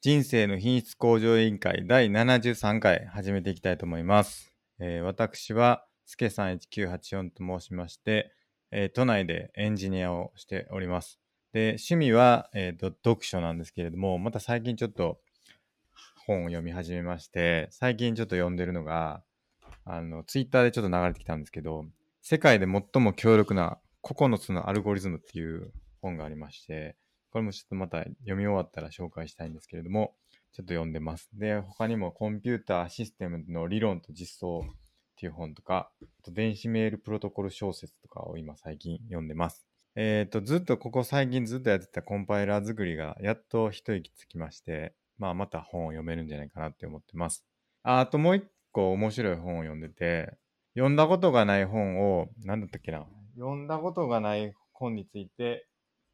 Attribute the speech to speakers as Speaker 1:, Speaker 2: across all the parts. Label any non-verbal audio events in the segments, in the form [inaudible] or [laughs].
Speaker 1: 人生の品質向上委員会第73回始めていきたいと思います。えー私は、すけさん1984と申しまして、えー都内でエンジニアをしております。で、趣味は、えーと読書なんですけれども、また最近ちょっと本を読み始めまして、最近ちょっと読んでるのが、あの、ツイッターでちょっと流れてきたんですけど、世界で最も強力な9つのアルゴリズムっていう本がありまして、これもちょっとまた読み終わったら紹介したいんですけれども、ちょっと読んでます。で、他にもコンピューターシステムの理論と実装っていう本とか、あと電子メールプロトコル小説とかを今最近読んでます。えっ、と、ずっとここ最近ずっとやってたコンパイラー作りがやっと一息つきまして、まあまた本を読めるんじゃないかなって思ってます。ああともう一個面白い本を読んでて、読んだことがない本を、なんだったっけな、読んだことがない本について、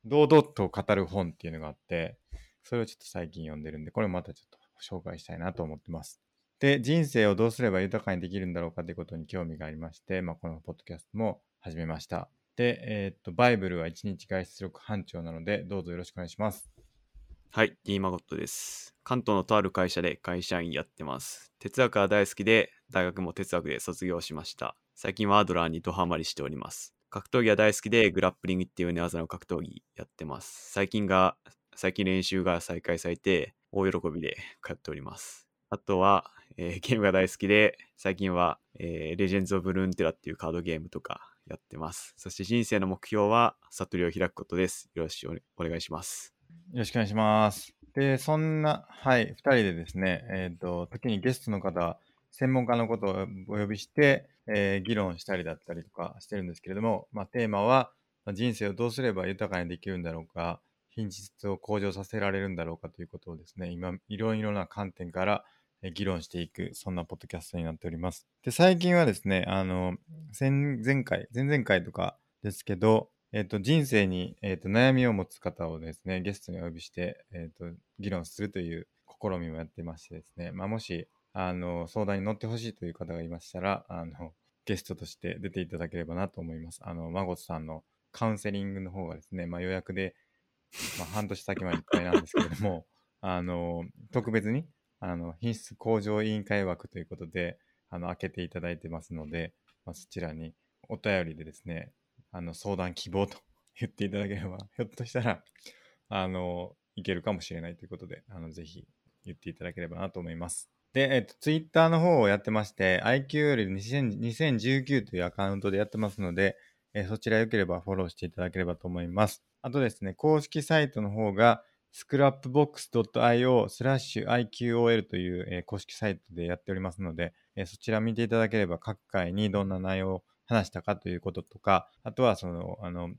Speaker 1: 堂々と語る本っていうのがあって、それをちょっと最近読んでるんで、これまたちょっと紹介したいなと思ってます。で、人生をどうすれば豊かにできるんだろうかということに興味がありまして、まあ、このポッドキャストも始めました。で、えーっと、バイブルは一日外出力班長なので、どうぞよろしくお願いします。
Speaker 2: はい、D マゴットです。関東のとある会社で会社員やってます。哲学は大好きで、大学も哲学で卒業しました。最近はアドラーにドハマりしております。格闘技は大好きで、グラップリングっていう寝技の格闘技やってます。最近が、最近練習が再開されて、大喜びで通っております。あとは、えーゲームが大好きで、最近は、えーレジェンズ・オブ・ルーンテラっていうカードゲームとかやってます。そして人生の目標は、悟りを開くことです。よろしくおお願いします。
Speaker 1: よろしくお願いします。で、そんな、はい、2人でですね、えっ、と、時にゲストの方、専門家のことをお呼びして、えー議論したりだったりとかしてるんですけれども、まあ、テーマは、まあ人生をどうすれば豊かにできるんだろうか、品質を向上させられるんだろうかということをですね、今、いろいろな観点からえー議論していく、そんなポッドキャストになっております。で、最近はですね、あの、先前回、前々回とかですけど、えっと、人生に、えっと、悩みを持つ方をですね、ゲストにお呼びして、えっと、議論するという試みもやってましてですね、まあ、もし、あの、相談に乗ってほしいという方がいましたら、あの、ゲストとして出ていただければなと思います。あの、まごさんのカウンセリングの方がですね、まあ、予約で、まあ、半年先までいっぱいなんですけれども、 [laughs] あの、特別に、あの、品質向上委員会枠ということで、あの、開けていただいてますので、まあ、そちらにお便りでですね、あの相談希望と [laughs] 言っていただければ、ひょっとしたら、あの、いけるかもしれないということで、あの、ぜひ言っていただければなと思います。で、えっと、ツイッターの方をやってまして、IQ より2019というアカウントでやってますので、えーそちらよければフォローしていただければと思います。あとですね、公式サイトの方が、scrapbox.io スラッシュ IQOL という、えー公式サイトでやっておりますので、えーそちら見ていただければ各回にどんな内容を話したかということとか、あとはその、あの、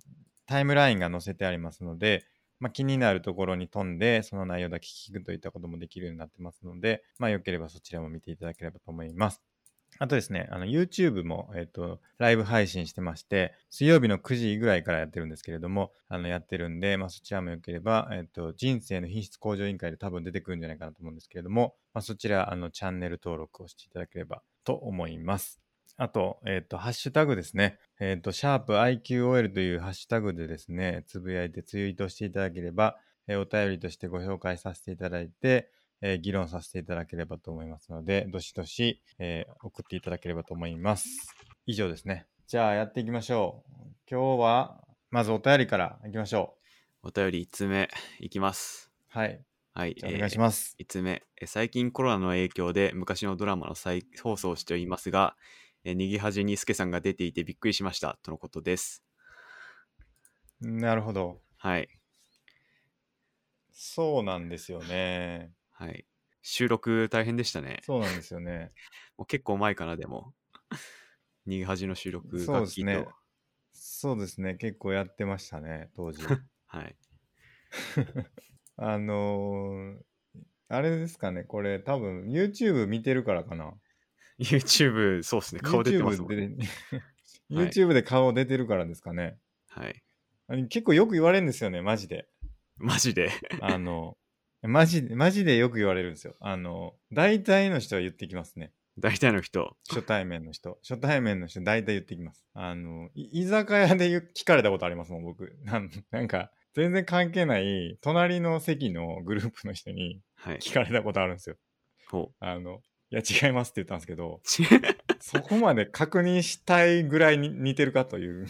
Speaker 1: タイムラインが載せてありますので、まあ、気になるところに飛んで、その内容だけ聞くといったこともできるようになってますので、まあ、よければそちらも見ていただければと思います。あとですね、あの YouTube も、えっとライブ配信してまして、水曜日の9時ぐらいからやってるんですけれども、あのやってるんで、まあ、そちらもよければ、えっと人生の品質向上委員会で多分出てくるんじゃないかなと思うんですけれども、まあ、そちらあのチャンネル登録をしていただければと思います。あと、えっ、と、ハッシュタグですね。えっ、と、シャープ i q o l というハッシュタグでですね、つぶやいてツイートしていただければ、えーお便りとしてご紹介させていただいて、えー議論させていただければと思いますので、どしどし、えー送っていただければと思います。以上ですね。じゃあ、やっていきましょう。今日は、まずお便りからいきましょ
Speaker 2: お便り1つ目いきます。
Speaker 1: う。はい。
Speaker 2: はい、
Speaker 1: じゃあ、お願いします。
Speaker 2: えー、1つ目えー最近コロナの影響で昔のドラマの再放送をしておりますが、えー右端にスケさんが出ていてびっくりしましたとのことです。
Speaker 1: なるほど。
Speaker 2: はい、
Speaker 1: そうなんですよね。
Speaker 2: はい。収録大変でしたね。
Speaker 1: そうなんですよね。
Speaker 2: もう結構前かな、でも。 [laughs] 右端の収録
Speaker 1: そう
Speaker 2: が
Speaker 1: ですね。そうですね。結構やってましたね、当
Speaker 2: [laughs]
Speaker 1: 時。
Speaker 2: はい。
Speaker 1: あのーあれですかね、これ多分 YouTube 見てるからかな。
Speaker 2: YouTube、そうですね。顔出てま
Speaker 1: YouTube
Speaker 2: すもんね。
Speaker 1: で [laughs]
Speaker 2: はい
Speaker 1: YouTube で顔出てるからですかね。
Speaker 2: はい。
Speaker 1: あれ結構よく言われるんですよね、マジで。
Speaker 2: マジで。 [laughs]
Speaker 1: あの、 [laughs] マジで、マジでよく言われるんですよ。あの、大体の人は言ってきますね。
Speaker 2: 大体の人。
Speaker 1: 初対面の人。初対面の人、大体言ってきます。あの、い居酒屋で言う聞かれたことありますもん、僕。なんなんか、全然関係ない、隣の席のグループの人に、
Speaker 2: はい。
Speaker 1: 聞かれたことあるんですよ。
Speaker 2: ほ
Speaker 1: あの、いや、違いますって言ったんですけど、
Speaker 2: う。ち
Speaker 1: そこまで確認したいぐらいに似てるかという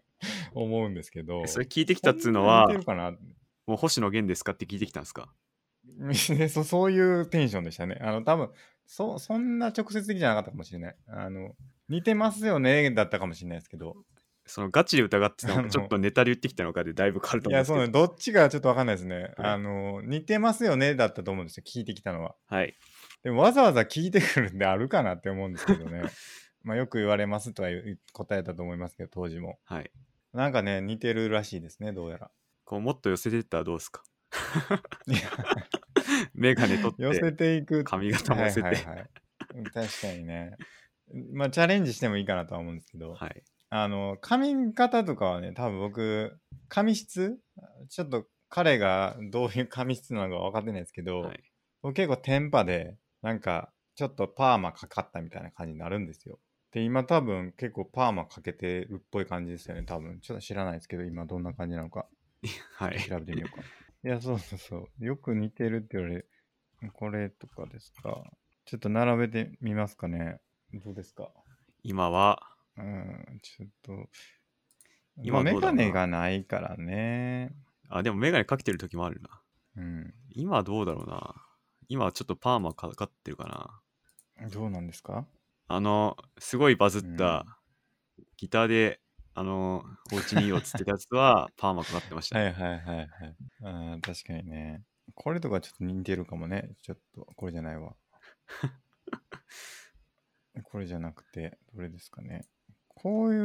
Speaker 1: [laughs] 思うんですけど。
Speaker 2: [laughs] それ聞いてきたっつうのは
Speaker 1: こんなに似てる、かな
Speaker 2: もう星野源ですかって聞いてきたんですか
Speaker 1: ね、 [laughs] そそういうテンションでしたね。あの、多分そそんな直接的じゃなかったかもしれない。あの、似てますよね、だったかもしれないですけど。
Speaker 2: そのガチで疑っ
Speaker 1: [laughs]
Speaker 2: てたの
Speaker 1: あ
Speaker 2: か、
Speaker 1: の
Speaker 2: ちょっとネタで言ってきたのかでだいぶ変わると
Speaker 1: い
Speaker 2: 思うん
Speaker 1: や、
Speaker 2: です
Speaker 1: そう
Speaker 2: け
Speaker 1: ね、
Speaker 2: ど。
Speaker 1: どっちかちょっとわかんないですね。
Speaker 2: うん
Speaker 1: あの、似てますよね、だったと思うんですよ、聞いてきたのは。
Speaker 2: はい。
Speaker 1: でも、わざわざ聞いてくるんであ [laughs] るかなって思うんですけど
Speaker 2: [laughs]
Speaker 1: ね。まあ、よく言われますとは言う答えたと思いますけど、当時も。
Speaker 2: はい。
Speaker 1: なんかね、似てるらしいですね、どうやら。
Speaker 2: こう、もっと寄せてったらどうですか
Speaker 1: い
Speaker 2: [laughs]
Speaker 1: や
Speaker 2: メガネ取
Speaker 1: 寄
Speaker 2: っ
Speaker 1: せ
Speaker 2: て、
Speaker 1: ていく。
Speaker 2: 髪型も寄せて。
Speaker 1: はいはいはいうん確かにね。まあ、チャレンジしてもいいかなとは思うんですけど。
Speaker 2: はい。
Speaker 1: あの、髪型とかはね、多分僕、髪質ちょっと彼がどういう髪質なのか分かってないですけど、
Speaker 2: はい。
Speaker 1: 僕結構テンパで、なんか、ちょっとパーマかかったみたいな感じになるんですよ。で、今多分結構パーマかけてるっぽい感じですよね、多分。ちょっと知らないですけど、今どんな感じなのか、
Speaker 2: はい。
Speaker 1: 調べてみようか。いや、そうそうそう。よく似てるって言われ、これとかですか。ちょっと並べてみますかね。どうですか
Speaker 2: 今は、
Speaker 1: うんちょっと。
Speaker 2: 今
Speaker 1: 今、メ
Speaker 2: どう
Speaker 1: ガ
Speaker 2: だろうな
Speaker 1: ネがないからね。
Speaker 2: あ、でもメガネかけてる時もあるな。
Speaker 1: うん。
Speaker 2: 今はどうだろうな。今はちょっとパーマかかってるかな。
Speaker 1: どうなんですか
Speaker 2: あの、すごいバズった、ギターで、あの、お家にいいよっつってたやつは、パーマかかってました
Speaker 1: は
Speaker 2: ね。
Speaker 1: いはいはいはい。あー確かにね。これとかちょっと似てるかもね。ちょっと、これじゃない [laughs] わ。これじゃなくて、どれですかね。こうい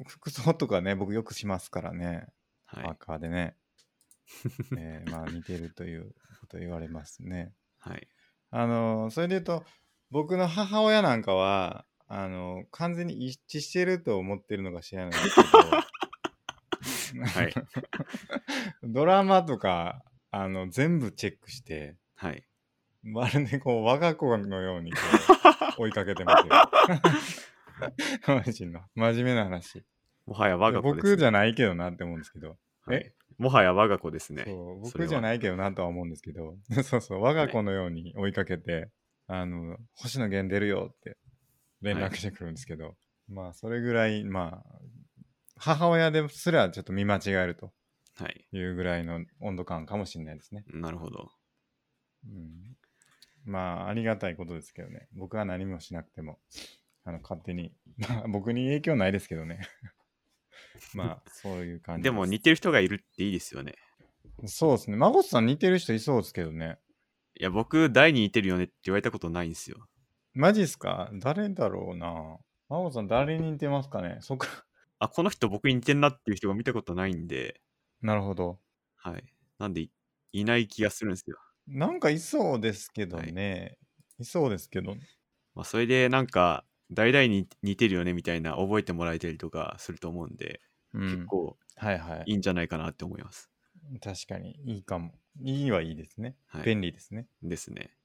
Speaker 1: う服装とかね、僕よくしますからね。
Speaker 2: はい。
Speaker 1: パーカーで [laughs] ね。えーまあ似てるということ言われますね。
Speaker 2: はい。
Speaker 1: あのそれで言うと僕の母親なんかはあの完全に一致してると思ってるのか知らないですけど、
Speaker 2: はい
Speaker 1: ドラマとかあの全部チェックして
Speaker 2: はい。
Speaker 1: まるでこう我が子のようにこ
Speaker 2: [laughs]
Speaker 1: う追いかけてますよ。 [laughs] マジの真面目な話
Speaker 2: もはや我が子です、
Speaker 1: 僕じゃないけどなって思うんですけど、
Speaker 2: はい
Speaker 1: え
Speaker 2: もはや我が子ですね。
Speaker 1: そう
Speaker 2: それ
Speaker 1: 僕
Speaker 2: は
Speaker 1: じゃないけどなとは思うんですけど [laughs] そうそう我が子のように追いかけて、あの星野源出るよって連絡してくるんですけど、まあそれぐらいまあ母親ですらちょっと見間違えると
Speaker 2: はい。
Speaker 1: いうぐらいの温度感かもしれないですね、
Speaker 2: なるほど。
Speaker 1: うん、まあありがたいことですけどね僕は何もしなくてもあの勝手に [laughs] まあ僕に影響ないですけどね [laughs] まあそういう感じ
Speaker 2: でも似てる人がいるっていいですよね。
Speaker 1: そうですね孫さん似てる人いそうですけどね
Speaker 2: いや、僕、大に似てるよねって言われたことないんですよ。
Speaker 1: マジっすか誰だろうな真帆さん誰に似てますかねそっか。
Speaker 2: あ、この人僕に似てんなっていう人が見たことないんで、
Speaker 1: [laughs] なるほど。
Speaker 2: はい。なんでい、いない気がするんですよ。
Speaker 1: なんかいそうですけどね。い、そうですけど。
Speaker 2: まあ、それでなんか、大々に似てるよねみたいな覚えてもらえたりとかすると思うんで、
Speaker 1: うん
Speaker 2: 結構
Speaker 1: はいはい
Speaker 2: いいんじゃないかなって思います。
Speaker 1: 確かにいいかも。いいはいいですね。
Speaker 2: はい。
Speaker 1: 便利ですね。
Speaker 2: ですね。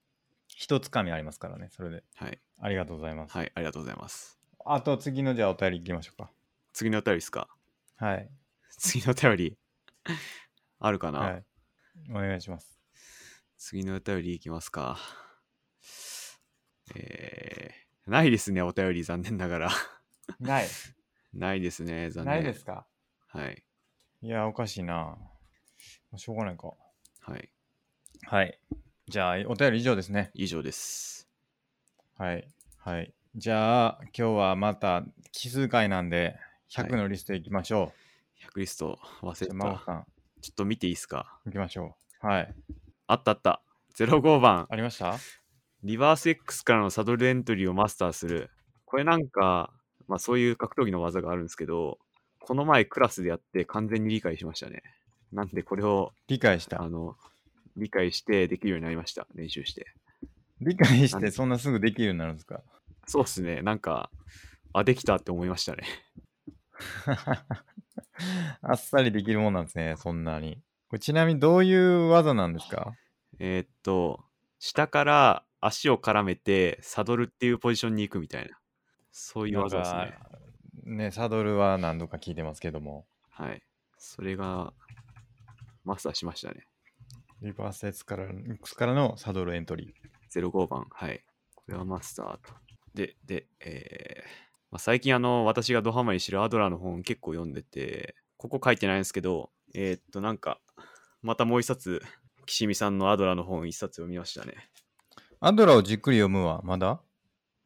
Speaker 1: 一つかみありますからね。それで。
Speaker 2: はい。
Speaker 1: ありがとうございます。
Speaker 2: はい。ありがとうございます。
Speaker 1: あと次のじゃあお便りいきましょうか。
Speaker 2: 次のお便りですか [laughs]
Speaker 1: はい。
Speaker 2: 次のお便り。 [laughs] あるかな、
Speaker 1: はい。お願いします。
Speaker 2: 次のお便りいきますか。えー、ないですね、お便り、残念ながら。
Speaker 1: [laughs]
Speaker 2: [laughs]
Speaker 1: ない。
Speaker 2: ないですね、残念。
Speaker 1: ないですか
Speaker 2: はい。
Speaker 1: いや、おかしいな。しょうがないか。
Speaker 2: はい。
Speaker 1: はい。じゃあ、お便り以上ですね。
Speaker 2: 以上です。
Speaker 1: はい。はい。じゃあ、今日はまた奇数回なんで、100のリストいきましょ
Speaker 2: 100リスト忘
Speaker 1: う。
Speaker 2: れ
Speaker 1: じゃあ、真帆
Speaker 2: た。
Speaker 1: さん、
Speaker 2: ちょっと見ていいですか。
Speaker 1: いきましょう。はい。
Speaker 2: あったあった。05番、
Speaker 1: ありました
Speaker 2: リバース X からのサドルエントリーをマスターする。これなんか、まあそういう格闘技の技があるんですけど、この前クラスでやって完全に理解しましたね。なんでこれを、
Speaker 1: 理解した
Speaker 2: あ。の、理解してできるようになりました。練習して。
Speaker 1: 理解し
Speaker 2: なんで
Speaker 1: て、そんなすぐできるようになるんですか [laughs]
Speaker 2: [laughs] そうっすね。なんか、あ、できたって思いましたね。 [laughs]
Speaker 1: あっさりできるもんなんですね、そんなに。これちなみにどういう技なんですか
Speaker 2: えーっと、下から足を絡めて、サドルっていうポジションに行くみたいな。そういう技です
Speaker 1: なん
Speaker 2: ね
Speaker 1: か。ね、サドルは何度か聞いてますけども。
Speaker 2: はい。それが、マスターしましたね。
Speaker 1: リバース X から X からのサドルエントリー。
Speaker 2: 05番。はい。これはマスターと。で、で、えーまあ、最近あの、私がドハマりしてるアドラーの本結構読んでて、ここ書いてないんですけど、えーっと、なんか、またもう一冊、岸見さんのアドラーの本一冊読みましたね。
Speaker 1: アドラーをじっくり読むはまだ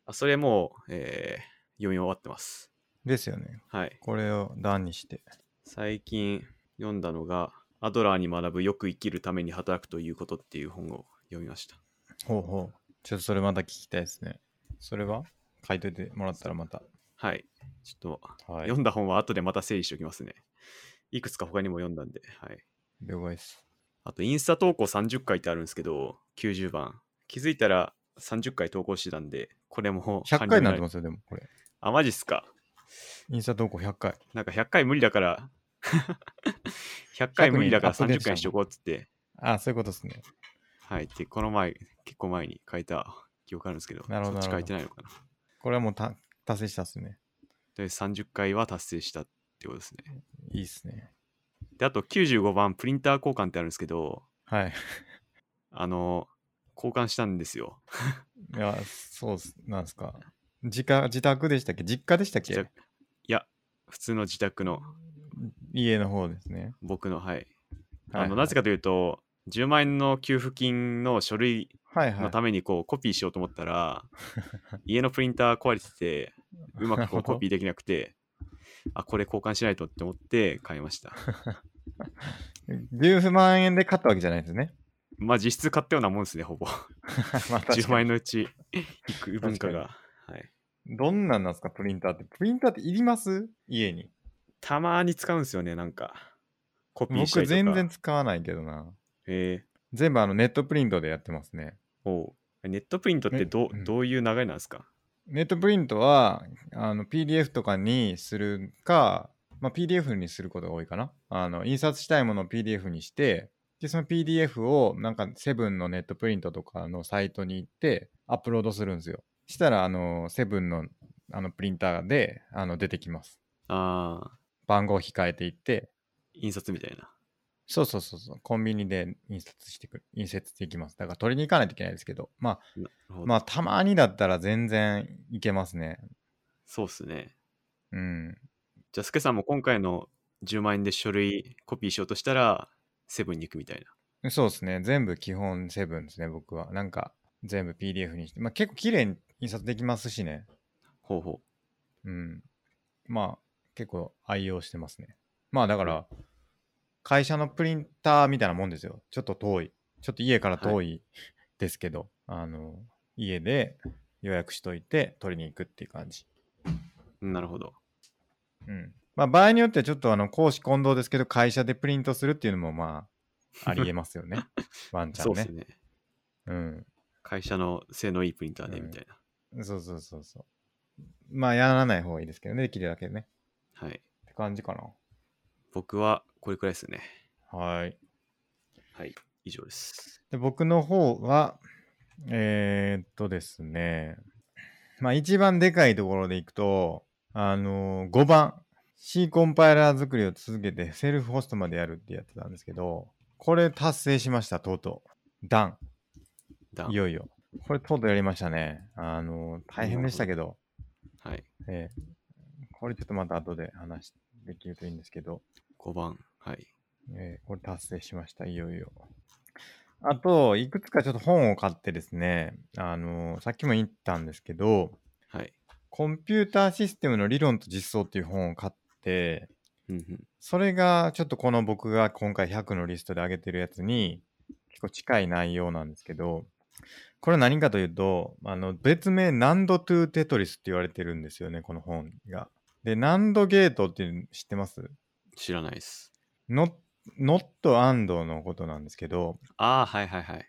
Speaker 2: あ、それもう、えー読み終わってます。
Speaker 1: ですよね。
Speaker 2: はい。
Speaker 1: これを段にして。
Speaker 2: 最近読んだのが、アドラーに学ぶよく生きるために働くということっていう本を読みました。
Speaker 1: ほうほう。ちょっとそれまた聞きたいですね。それは書いといてもらったらまた。
Speaker 2: はい。ちょっと
Speaker 1: は
Speaker 2: 読んだ本は後でまた整理しておきますね。いくつか他にも読んだんで、はい。
Speaker 1: 了解です。
Speaker 2: あと、インスタ投稿30回ってあるんですけど、90番。気づいたら30回投稿してたんで、これも
Speaker 1: 100回になって
Speaker 2: 完了
Speaker 1: ますよ、でもこれ。
Speaker 2: あ、マジっすか。
Speaker 1: インスタ投稿100回。
Speaker 2: なんか100回無理だから、100回無理だから
Speaker 1: 100にアップデートし
Speaker 2: 30
Speaker 1: た
Speaker 2: 回しとこうっつって、
Speaker 1: あそういうことですね。
Speaker 2: はい。で、この前、結構前に書いた記憶あるんですけど、
Speaker 1: なるほど
Speaker 2: そっち
Speaker 1: なる
Speaker 2: 書い
Speaker 1: ほど
Speaker 2: てないのかな。
Speaker 1: これはもうた達成したっすね。
Speaker 2: で、30回は達成したってことですね。
Speaker 1: いいっすね。
Speaker 2: で、あと95番、プリンター交換ってあるんですけど、
Speaker 1: はい。
Speaker 2: あの、交換したんですよ。
Speaker 1: いや、そうっすなんですか。自家自宅でしたっけ実家でしたっ
Speaker 2: 自
Speaker 1: け
Speaker 2: 宅いや、普通の自宅の
Speaker 1: 家の方ですね。
Speaker 2: 僕の、
Speaker 1: は
Speaker 2: はい。あ
Speaker 1: いは
Speaker 2: の
Speaker 1: い
Speaker 2: なぜかというと、10万円の給付金の書類
Speaker 1: はいは
Speaker 2: の
Speaker 1: い。
Speaker 2: ためにこうコピーしようと思ったら、家のプリンター壊れて
Speaker 1: [laughs]
Speaker 2: て、うまくこうコピーできなくて、あ、これ交換しないとって思って買いました。
Speaker 1: 10万円で買ったわけじゃないですね。 [laughs]
Speaker 2: まあ実質買ったようなもんですね、ほぼ。
Speaker 1: まあ確かに
Speaker 2: 10万円のうちいく文化が。はい、
Speaker 1: どんなんなんですか、プリンターって。プリンターっていります家に。
Speaker 2: たまに使うんですよね、なんか。コピーした
Speaker 1: 僕
Speaker 2: りとか。
Speaker 1: 全然使わないけどな。
Speaker 2: え
Speaker 1: 全部あのネットプリントでやってますね。
Speaker 2: ーおうネットプリントってど,、う
Speaker 1: ねうん
Speaker 2: どういう流れなんですか
Speaker 1: ネットプリントはあの PDF とかにするか、まあ、PDF にすることが多いかなあの。印刷したいものを PDF にして、でその PDF をなんかセブンのネットプリントとかのサイトに行ってアップロードするんですよ。したらあのセブンのあのプリンターであの出てきます。
Speaker 2: ああ、
Speaker 1: 番号を控えていって、
Speaker 2: 印刷みたいな。
Speaker 1: そうそうそうそう、コンビニで印刷してくる、印刷できます。だから取りに行かないといけないですけど、ま
Speaker 2: なるほ
Speaker 1: あ、
Speaker 2: ど
Speaker 1: まあ、たまにだったら全然いけますね。
Speaker 2: そうっすね。
Speaker 1: うん。
Speaker 2: じゃあ、スケさんも今回の10万円で書類コピーしようとしたら、セブンに行くみたいな。
Speaker 1: そうですね。全部基本セブンですね、僕は。なんか、全部 PDF にして、まあ、結構綺麗に印刷できますしね。
Speaker 2: ほうほ
Speaker 1: うん。まあ、結構愛用してますね。まあ、だから、会社のプリンターみたいなもんですよ。ちょっと遠い。ちょっと家から遠いですけど、あの、家で予約しといて取りに行くっていう感じ。
Speaker 2: う。なるほど。
Speaker 1: うん。まあ、場合によってはちょっとあの、公私混同ですけど、会社でプリントするっていうのもまあ、ありえますよ
Speaker 2: [laughs]
Speaker 1: ね。ワンチャ
Speaker 2: そ
Speaker 1: ン
Speaker 2: うっ
Speaker 1: ね
Speaker 2: す。ね。
Speaker 1: うん。
Speaker 2: 会社の性能いいプリンターで
Speaker 1: うん
Speaker 2: みたいな。
Speaker 1: そうそうそうそう。まあ、やらない方がいいですけどね、できるだけね。
Speaker 2: はい。
Speaker 1: って感じか
Speaker 2: 僕はこれくらいですね。
Speaker 1: な。はい。
Speaker 2: はい。以上です。
Speaker 1: で、僕の方は、えー、っとですね、まあ、一番でかいところでいくと、あのー5番、C コンパイラー作りを続けてセルフホストまでやるってやってたんですけど、これ達成しました、とうとう。ダン。
Speaker 2: ダン
Speaker 1: いよいよ。これとうとうやりましたね。あのー大変でしたけど、
Speaker 2: はい。
Speaker 1: えーこれちょっとまた後で話できるといいんですけど、
Speaker 2: 5番。はい。
Speaker 1: えーこれ達成しました、いよいよ。あと、いくつかちょっと本を買ってですね、あのーさっきも言ったんですけど、
Speaker 2: はい。
Speaker 1: コンピューターシステムの理論と実装っていう本を買って、
Speaker 2: うんうん。
Speaker 1: それがちょっとこの僕が今回100のリストで上げてるやつに結構近い内容なんですけど、これ何かというと、あの別名難度トゥーテトリスって言われてるんですよね、この本が。で、難度ゲートっていうの知ってます
Speaker 2: 知らないです。
Speaker 1: ノッノットアンドのことなんですけど、
Speaker 2: ああ、はいはいはい。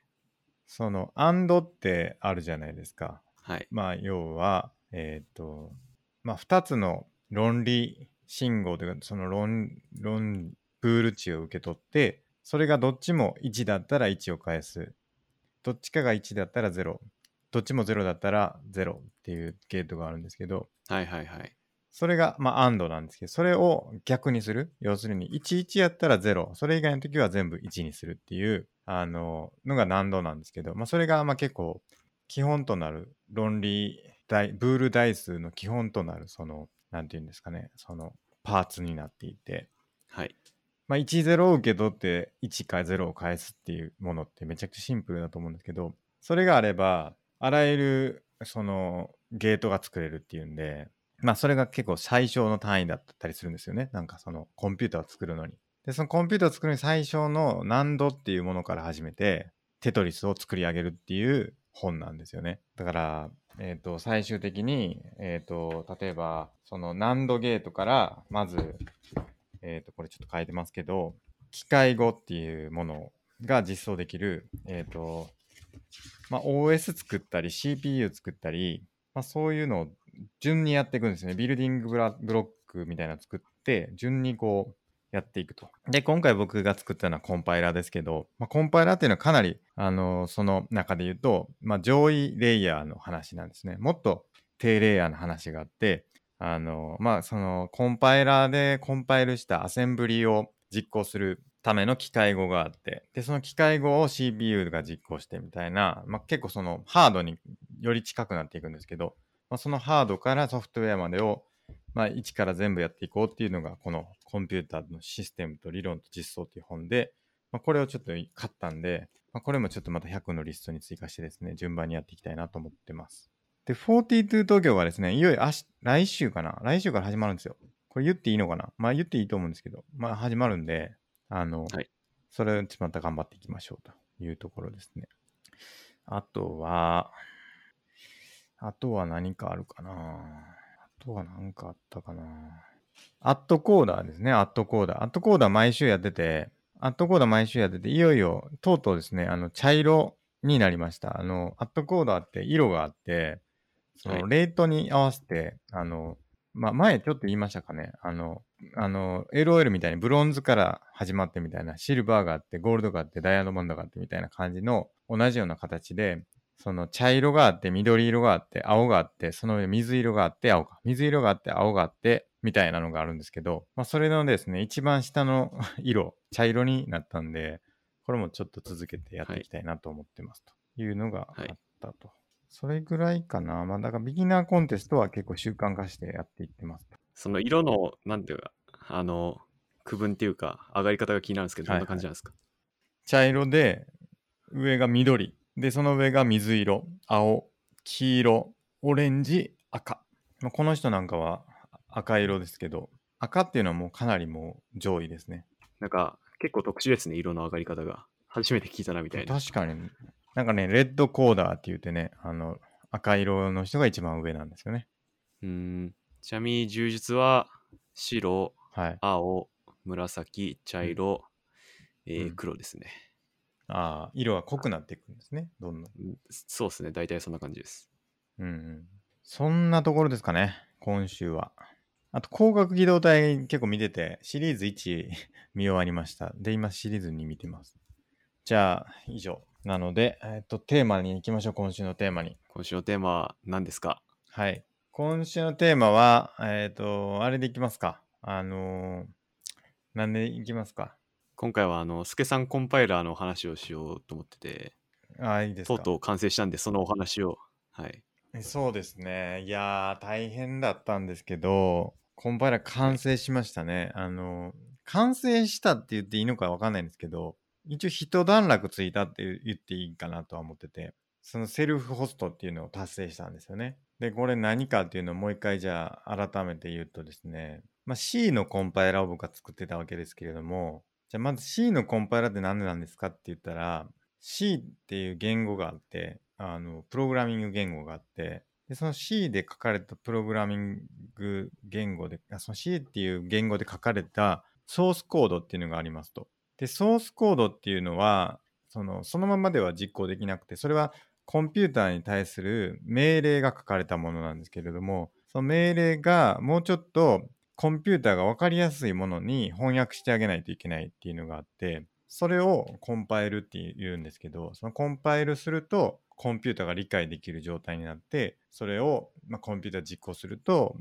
Speaker 1: その、アンドってあるじゃないですか。
Speaker 2: はい。
Speaker 1: まあ、要は、えっ、と、まあ、2つの論理信号というか、その論、論、プール値を受け取って、それがどっちも1だったら1を返す。どっちかが1だったら0。どっちも0だったら0っていうゲートがあるんですけど、
Speaker 2: はいはいはい。
Speaker 1: それが、まあ、and なんですけど、それを逆にする。要するに、11やったら0。それ以外の時は全部1にするっていう、あの、のが難度なんですけど、まあ、それが、まあ、結構、基本となる論理代、ブール代数の基本となる、その、なんていうんですかね、その、パーツになっていて、
Speaker 2: はい。
Speaker 1: まあ、10を受け取って1か0を返すっていうものってめちゃくちゃシンプルだと思うんですけどそれがあればあらゆるそのゲートが作れるっていうんで、まあ、それが結構最小の単位だったりするんですよねなんかそのコンピューターを作るのにでそのコンピューターを作るのに最小の難度っていうものから始めてテトリスを作り上げるっていう本なんですよねだから、えー、と最終的に、えー、と例えばその難度ゲートからまずえっ、と、これちょっと変えてますけど、機械語っていうものが実装できる、えっ、と、まあ、OS 作ったり、CPU 作ったり、まあ、そういうのを順にやっていくんですよね。ビルディングブラブロックみたいなの作って、順にこう、やっていくと。で、今回僕が作ったのはコンパイラーですけど、まあ、コンパイラーっていうのはかなり、あのその中で言うと、まあ、上位レイヤーの話なんですね。もっと低レイヤーの話があって、あの、まあ、その、コンパイラーでコンパイルしたアセンブリを実行するための機械語があって、で、その機械語を CPU が実行してみたいな、まあ、結構その、ハードにより近くなっていくんですけど、まあ、そのハードからソフトウェアまでを、まあ、一から全部やっていこうっていうのが、このコンピューターのシステムと理論と実装っていう本で、まあ、これをちょっと買ったんで、まあ、これもちょっとまた100のリストに追加してですね、順番にやっていきたいなと思ってます。で、42東京がですね、いよいよ明日来週かな来週から始まるんですよ。これ言っていいのかなまあ言っていいと思うんですけど、まあ始まるんで、あの、
Speaker 2: はい
Speaker 1: それをちょっとまた頑張っていきましょうというところですね。あとは、あとは何かあるかなあとは何かあったかなアットコーダーですね、アットコーダー。アットコーダー毎週やってて、アットコーダー毎週やってて、いよいよ、とうとうですね、あの、茶色になりました。あの、アットコーダーって色があって、そ
Speaker 2: は
Speaker 1: の
Speaker 2: い
Speaker 1: レートに合わせて、あの、まあ、前ちょっと言いましたかね。あの、あの、LOL みたいにブロンズから始まってみたいな、シルバーがあって、ゴールドがあって、ダイヤモンドがあってみたいな感じの同じような形で、その茶色があって、緑色があって、青があって、その上水色があって、青が、水色があって、青があって、みたいなのがあるんですけど、まあ、それのですね、一番下の [laughs] 色、茶色になったんで、これもちょっと続けてやっていきたいなと思ってますというのがあったと。それぐらいかな。まあ、だからビギナーコンテストは結構習慣化してやっていってます。
Speaker 2: その色の、なんていうか、あの、区分っていうか、上がり方が気になるんですけど、どんな感じなんですか、
Speaker 1: 茶色で、上が緑。で、その上が水色、青、黄色、オレンジ、赤。まあこの人なんかは赤色ですけど、赤っていうのはもうかなりもう上位ですね。
Speaker 2: なんか、結構特殊ですね、色の上がり方が。初めて聞いたなみたいな。
Speaker 1: 確かに。なんかね、レッドコーダーって言ってね、あの、赤色の人が一番上なんですよね。
Speaker 2: うーん。ちなみに柔術は、白、
Speaker 1: はい。
Speaker 2: 青、紫、茶色、えー
Speaker 1: うん
Speaker 2: 黒ですね。
Speaker 1: ああ、色は濃くなっていくんですね、どんどん。
Speaker 2: うんそうですね、大体そんな感じです。
Speaker 1: うんうん。そんなところですかね、今週は。あと、光学機動隊結構見てて、シリーズ1 [laughs] 見終わりました。で、今シリーズ2見てます。じゃあ、以上。なので、えっと、テーマに行きましょう、今週のテーマに。
Speaker 2: 今週のテーマは何ですか
Speaker 1: はい。今週のテーマは、えっ、と、あれでいきますか。あのー、なんでいきますか。
Speaker 2: 今回は、あの、スケさんコンパイラーのお話をしようと思ってて、
Speaker 1: ああ、いいです
Speaker 2: と
Speaker 1: か。
Speaker 2: うとう完成したんで、そのお話を。はい。
Speaker 1: そうですね。いやー、大変だったんですけど、コンパイラー完成しましたね。あの、完成したって言っていいのかわかんないんですけど、一応一段落ついたって言っていいかなとは思ってて、そのセルフホストっていうのを達成したんですよね。で、これ何かっていうのをもう一回じゃあ改めて言うとですね、まあ、C のコンパイラーを僕は作ってたわけですけれども、じゃあまず C のコンパイラーって何でなんですかって言ったら、C っていう言語があって、あの、プログラミング言語があって、で、その C で書かれたプログラミング言語で、あその C っていう言語で書かれたソースコードっていうのがありますと。で、ソースコードっていうのは、その、そのままでは実行できなくて、それはコンピューターに対する命令が書かれたものなんですけれども、その命令がもうちょっとコンピューターが分かりやすいものに翻訳してあげないといけないっていうのがあって、それをコンパイルって言うんですけど、そのコンパイルすると、コンピューターが理解できる状態になって、それを、まあ、コンピューター実行すると、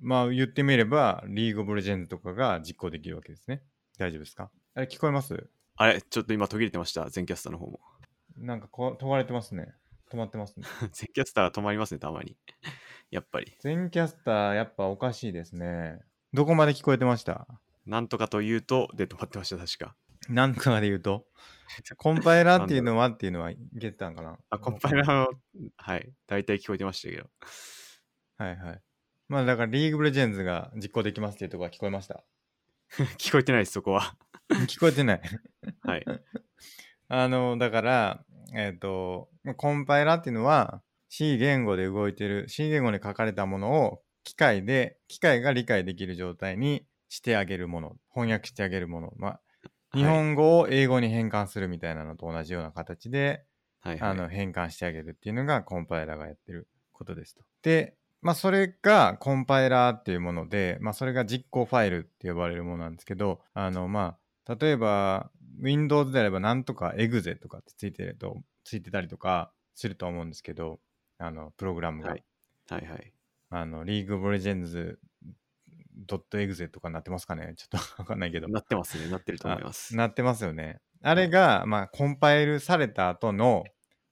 Speaker 1: まあ言ってみれば、リーグオブレジェンドとかが実行できるわけですね。大丈夫ですかあれ聞こえます
Speaker 2: あれちょっと今途切れてました。全キャスターの方も。 [laughs]
Speaker 1: なんかこう、止まれてますね。止まってますね。
Speaker 2: 全キャスター止まりますね、たまに。 [laughs] やっぱり。
Speaker 1: 全キャスターやっぱおかしいですね。どこまで聞こえてました
Speaker 2: なんとかというと、で止まってました、確か。
Speaker 1: なんかで言う
Speaker 2: [laughs]
Speaker 1: と、コンパイラーっていうのはっていうのは言ってたんかな
Speaker 2: あ、コンパイラーの、はい。大体聞こえてましたけど。 [laughs]
Speaker 1: はいはい。まあだからリーグブレジェンズが実行できますっていうところは聞こえました。
Speaker 2: 聞こえてないです、そこは。 [laughs]
Speaker 1: 聞こえてない。 [laughs]
Speaker 2: はい。
Speaker 1: あの、だから、えっ、と、コンパイラーっていうのは C 言語で動いてる、C 言語に書かれたものを機械で、機械が理解できる状態にしてあげるもの、翻訳してあげるもの、まあ、日
Speaker 2: はい
Speaker 1: 本語を英語に変換するみたいなのと同じような形で、
Speaker 2: はい、はい
Speaker 1: あの変換してあげるっていうのがコンパイラーがやってることですと。で、まあ、それがコンパイラーっていうもので、まあ、それが実行ファイルって呼ばれるものなんですけど、あのまあ、例えば Windows であればなんとか EXE とかってついてると、ついてたりとかすると思うんですけど、あのプログラムが、
Speaker 2: はいはいはい。
Speaker 1: あのリーグオブレジェンズ .exe とかになってますかねちょっとわかんないけど。
Speaker 2: なってますね、なってると思います。
Speaker 1: なってますよね。あれが、まあ、コンパイルされた後の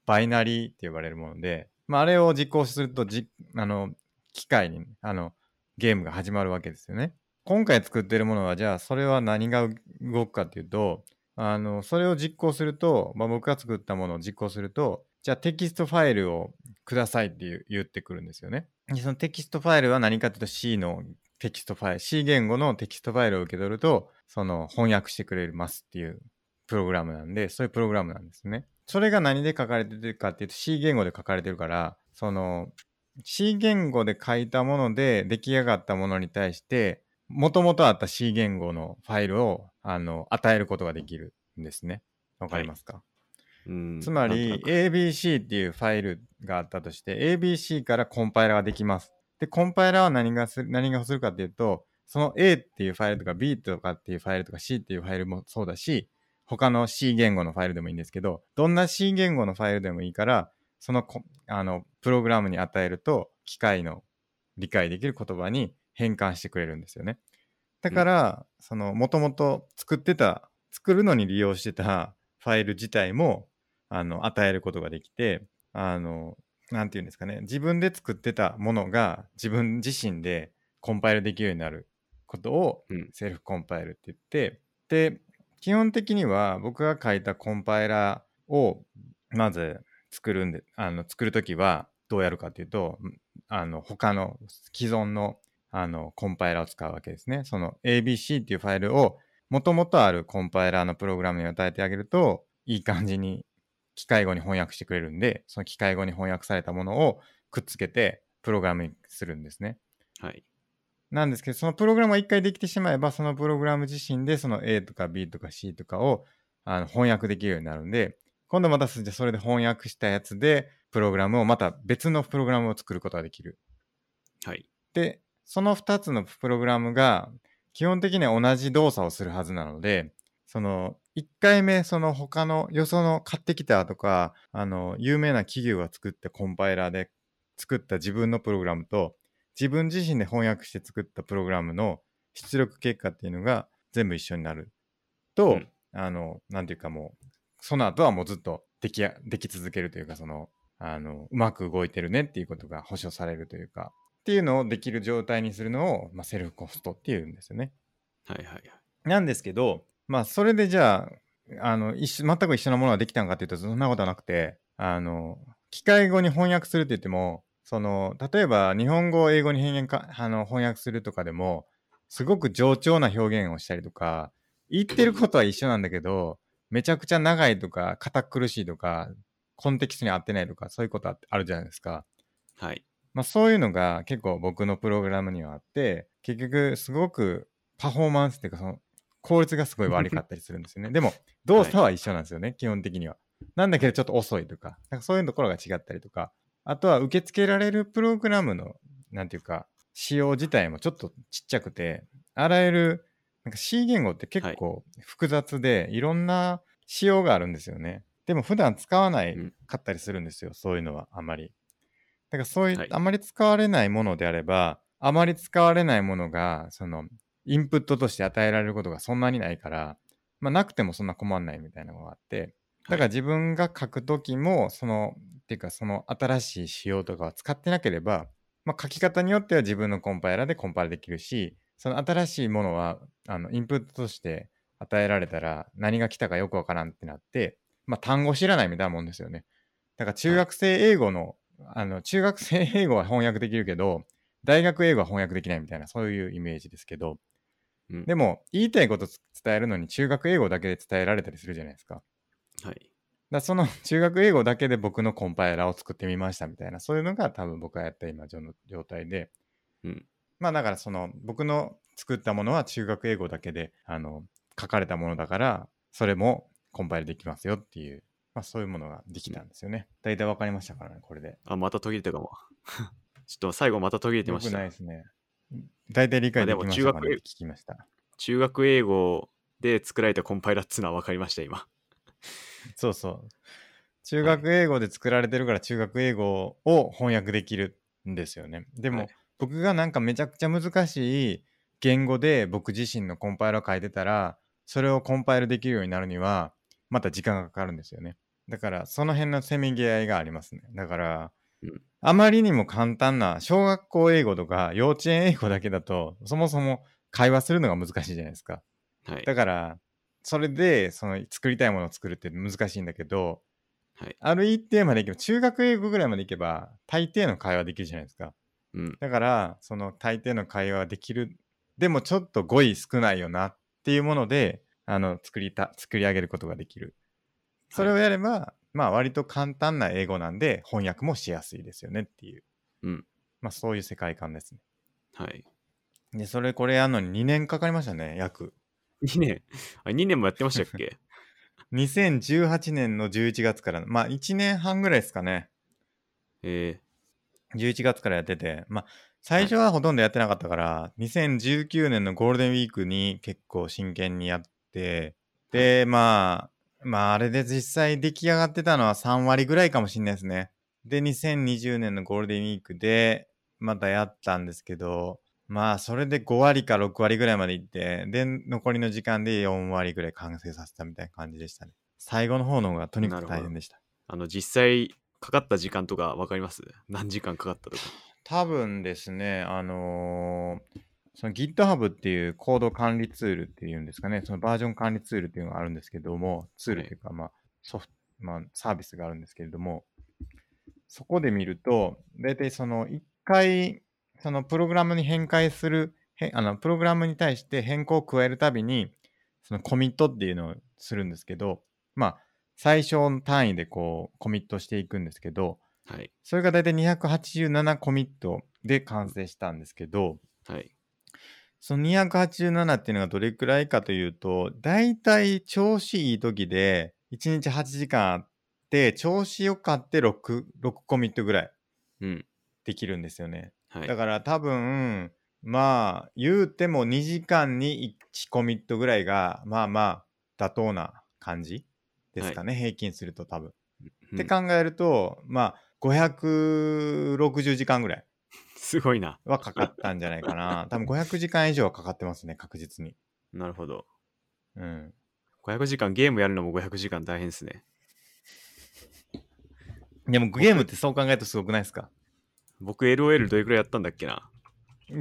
Speaker 1: バイナリーって呼ばれるもので、まあ、あれを実行するとじあの機械にあのゲームが始まるわけですよね。今回作ってるものはじゃあそれは何が動くかっていうとあのそれを実行すると、まあ、僕が作ったものを実行するとじゃあテキストファイルをくださいっていう言ってくるんですよね。でそのテキストファイルは何かというと C のテキストファイル C 言語のテキストファイルを受け取るとその翻訳してくれますっていうプログラムなんでそういうプログラムなんですね。それが何で書かれてるかっていうと C 言語で書かれてるからその C 言語で書いたもので出来上がったものに対してもともとあった C 言語のファイルをあの与えることができるんですね。わかりますか、
Speaker 2: うん
Speaker 1: つま
Speaker 2: なん
Speaker 1: り
Speaker 2: となく
Speaker 1: ABC っていうファイルがあったとして ABC からコンパイラーができます。で、コンパイラーは何がする何がするかっていうと、その A っていうファイルとか B とかっていうファイルとか C っていうファイルもそうだし、他の C 言語のファイルでもいいんですけど、どんな C 言語のファイルでもいいから、そのこあのプログラムに与えると、機械の理解できる言葉に変換してくれるんですよね。だから、その、もともと作ってた、作るのに利用してたファイル自体も、あの、与えることができて、あの、なんていうんですかね、自分で作ってたものが自分自身でコンパイルできるようになることを
Speaker 2: うん
Speaker 1: セルフコンパイルって言って、で、基本的には僕が書いたコンパイラーをまず作るんで、あの、作るときはどうやるかっていうと、あの、他の既存のあの、コンパイラーを使うわけですね。その ABC っていうファイルをもともとあるコンパイラーのプログラムに与えてあげると、いい感じに機械語に翻訳してくれるんで、その機械語に翻訳されたものをくっつけてプログラムにするんですね。
Speaker 2: はい。
Speaker 1: なんですけど、そのプログラムが一回できてしまえば、そのプログラム自身でその A とか B とか C とかをあの翻訳できるようになるんで、今度またそそれで翻訳したやつで、プログラムをまた別のプログラムを作ることができる。
Speaker 2: はい。
Speaker 1: で、その2つのプログラムが基本的には同じ動作をするはずなので、その1回目、その他のよその買ってきたとか、あの、有名な企業が作ったコンパイラーで作った自分のプログラムと、自分自身で翻訳して作ったプログラムの出力結果っていうのが全部一緒になると、
Speaker 2: うん
Speaker 1: あの、なんていうかもう、その後はもうずっとできやでき続けるというか、その、あの、うまく動いてるねっていうことが保証されるというか、っていうのをできる状態にするのを、まあ、セルフコストっていうんですよね。
Speaker 2: はいはいはい。
Speaker 1: なんですけど、まあ、それでじゃあ、あの、一緒、全く一緒のものができたのかっていうと、そんなことはなくて、あの、機械語に翻訳するって言っても、その、例えば日本語を英語に変換、あの、翻訳するとかでも、すごく冗長な表現をしたりとか、言ってることは一緒なんだけど、めちゃくちゃ長いとか、堅苦しいとか、コンテキストに合ってないとか、そういうことああるじゃないですか。
Speaker 2: はい。
Speaker 1: まあ、そういうのが結構僕のプログラムにはあって結局すごくパフォーマンスっていうかその効率がすごい悪かったりするんですよねでも動作は一緒なんですよね、基本的にはなんだけどちょっと遅いとかなんかそういうところが違ったりとかあとは受け付けられるプログラムのなんていうか仕様自体もちょっとちっちゃくてあらゆるなんか C 言語って結構複雑で、い、ろんな仕様があるんですよねでも普段使わない
Speaker 2: うん
Speaker 1: かったりするんですよ、そういうのはあまりだからそういう、
Speaker 2: はい
Speaker 1: あまり使われないものであれば、あまり使われないものが、その、インプットとして与えられることがそんなにないから、まあ、なくてもそんな困んないみたいなのがあって、だから自分が書くときも、その、っていうか、その新しい仕様とかは使ってなければ、まあ、書き方によっては自分のコンパイラでコンパイルできるし、その新しいものは、あの、インプットとして与えられたら、何が来たかよくわからんってなって、まあ、単語知らないみたいなもんですよね。だから中学生英語の、あの、中学生英語は翻訳できるけど、大学英語は翻訳できないみたいな、そういうイメージですけど、
Speaker 2: うん
Speaker 1: でも、言いたいことつ伝えるのに中学英語だけで伝えられたりするじゃないですか。
Speaker 2: は
Speaker 1: だ
Speaker 2: い。
Speaker 1: からその [laughs] 中学英語だけで僕のコンパイラを作ってみましたみたいな、そういうのが多分僕がやった今状の状態で、
Speaker 2: うん
Speaker 1: まあだからその僕の作ったものは中学英語だけであの書かれたものだから、それもコンパイルできますよっていう、まあそういうものができたんですよね。大体わかりましたからね、これで。
Speaker 2: あ、また途切れたかも。 [laughs] ちょっと最後また途切れて
Speaker 1: よ
Speaker 2: ま
Speaker 1: く
Speaker 2: し
Speaker 1: ない
Speaker 2: た
Speaker 1: で。すね。大体理解できました
Speaker 2: ま
Speaker 1: か
Speaker 2: あでも中学英
Speaker 1: ね
Speaker 2: 語
Speaker 1: 聞きました。
Speaker 2: 中学英語で作られたコンパイラーっつうのは分かりました、今。
Speaker 1: そうそう。中学英語で作られてるから中学英語を翻訳できるんですよね。でも、
Speaker 2: はい
Speaker 1: 僕がなんかめちゃくちゃ難しい言語で僕自身のコンパイルを書いてたら、それをコンパイルできるようになるには、また時間がかかるんですよね。だから、その辺のせめぎ合いがありますね。だから、
Speaker 2: うん
Speaker 1: あまりにも簡単な小学校英語とか幼稚園英語だけだと、そもそも会話するのが難しいじゃないですか。
Speaker 2: はい。
Speaker 1: だから、それで、その、作りたいものを作るって難しいんだけど、
Speaker 2: はい
Speaker 1: ある一定までいけば、中学英語ぐらいまでいけば、大抵の会話できるじゃないですか。
Speaker 2: うん。
Speaker 1: だから、その、大抵の会話はできる。でも、ちょっと語彙少ないよなっていうもので、あの、作りた、作り上げることができる。それをやれば、まあ、割と簡単な英語なんで、翻訳もしやすいですよねっていう。
Speaker 2: うん
Speaker 1: まあ、そういう世界観ですね。
Speaker 2: はい。
Speaker 1: で、それ、これやるのに2年かかりましたね、約。
Speaker 2: 2年、あ、2年もやってましたっけ [laughs]
Speaker 1: 2018年の11月から、まあ1年半ぐらいですかね。
Speaker 2: え
Speaker 1: 11月からやってて、まあ最初はほとんどやってなかったから、2019年のゴールデンウィークに結構真剣にやって、で、まあ、まああれで実際出来上がってたのは3割ぐらいかもしんないですね。で、2020年のゴールデンウィークで、またやったんですけど、まあそれで5割か6割ぐらいまで行って、で、残りの時間で4割ぐらい完成させたみたいな感じでしたね。最後の方の方がとにかく大変でした。
Speaker 2: あの、実際、かかった時間とか分かります何時間かかったとか。
Speaker 1: 多分ですね、あのーその GitHub っていうコード管理ツールっていうんですかね、そのバージョン管理ツールっていうのがあるんですけども、ツールっていうか、まあ、ソフト、まあ、サービスがあるんですけれども、そこで見ると、大体その1回、そのプログラムに変換する、へあのプログラムに対して変更を加えるたびに、そのコミットっていうのをするんですけど、まあ、最小の単位でこう、コミットしていくんですけど、
Speaker 2: はい。
Speaker 1: それが大体287コミットで完成したんですけど、
Speaker 2: はい。
Speaker 1: その287っていうのがどれくらいかというと、大体調子いい時で1日8時間あって、調子良かって6、6コミットぐらい
Speaker 2: うん。
Speaker 1: できるんですよね。
Speaker 2: はい
Speaker 1: だ。から多分、まあ、言うても2時間に1コミットぐらいが、まあまあ、妥当な感じですかね、平均すると多分。
Speaker 2: うん
Speaker 1: って考えると、まあ、560時間ぐらい
Speaker 2: すごいな。
Speaker 1: はかかったんじゃないか
Speaker 2: [laughs]
Speaker 1: な。多分500時間以上はかかってますね、確実に。
Speaker 2: なるほど。
Speaker 1: うん。
Speaker 2: 500時間、ゲームやるのも500時間大変ですね。
Speaker 1: でもゲームってそう考えるとすごくないですか
Speaker 2: 僕、LOL どれくらいやったんだっけな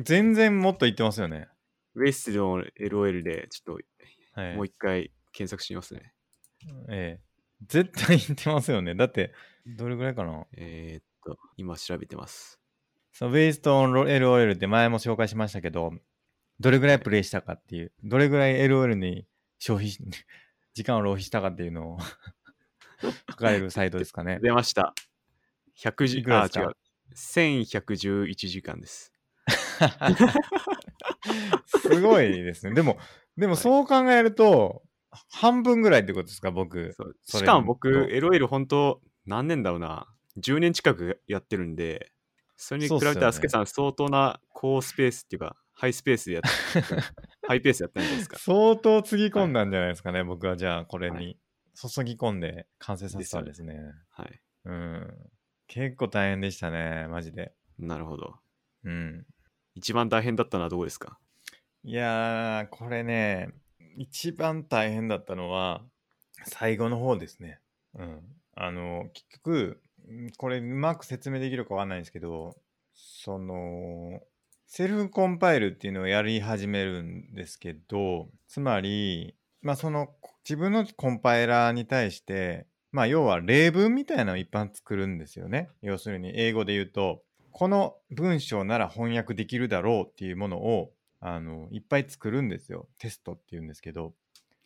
Speaker 1: 全然もっと言ってますよね。
Speaker 2: ウエストの LOL で、ちょっ
Speaker 1: は
Speaker 2: と
Speaker 1: い。
Speaker 2: もう一回検索してみますね。
Speaker 1: ええ絶対言ってますよね。だって、どれぐらいかな
Speaker 2: えーっと、今調べてます。
Speaker 1: その Based on LOL って前も紹介しましたけど、どれぐらいプレイしたかっていう、どれぐらい LOL に消費し、 [laughs] 時間を浪費したかっていうのを [laughs] 書かれるサイトですかね。
Speaker 2: 出ました。110
Speaker 1: いくらですか
Speaker 2: あ、違う。1111時間です。
Speaker 1: すごいですね。でも、でも
Speaker 2: はい
Speaker 1: そう考えると、半分ぐらいってことですか、僕。
Speaker 2: そう
Speaker 1: それ
Speaker 2: しかも
Speaker 1: と
Speaker 2: 僕、LOL 本当、何年だろうな。10年近くやってるんで、それに
Speaker 1: そう
Speaker 2: 比
Speaker 1: っすよ
Speaker 2: べ
Speaker 1: ね
Speaker 2: たら、すけさん、相当な高スペースっていうか、ハイスペースでや
Speaker 1: [laughs]
Speaker 2: って、ハイペースでやったんじゃないですか。
Speaker 1: 相当つぎ込んだんじゃないですかね、僕はじゃあこれ
Speaker 2: は
Speaker 1: に注ぎ込んで完成させたんですね。
Speaker 2: はい。
Speaker 1: うん。結構大変でしたね、マジで。
Speaker 2: なるほど。
Speaker 1: うん。
Speaker 2: 一番大変だったのはどこですか
Speaker 1: いやー、これね、一番大変だったのは、最後の方ですね。うん。あの、結局、うんこれうまく説明できるかわかんないんですけど、その、セルフコンパイルっていうのをやり始めるんですけど、つまり、まあその自分のコンパイラーに対して、まあ要は例文みたいなのを一般作るんですよね。要するに英語で言うと、この文章なら翻訳できるだろうっていうものをあのいっぱい作るんですよ。テストっていうんですけど、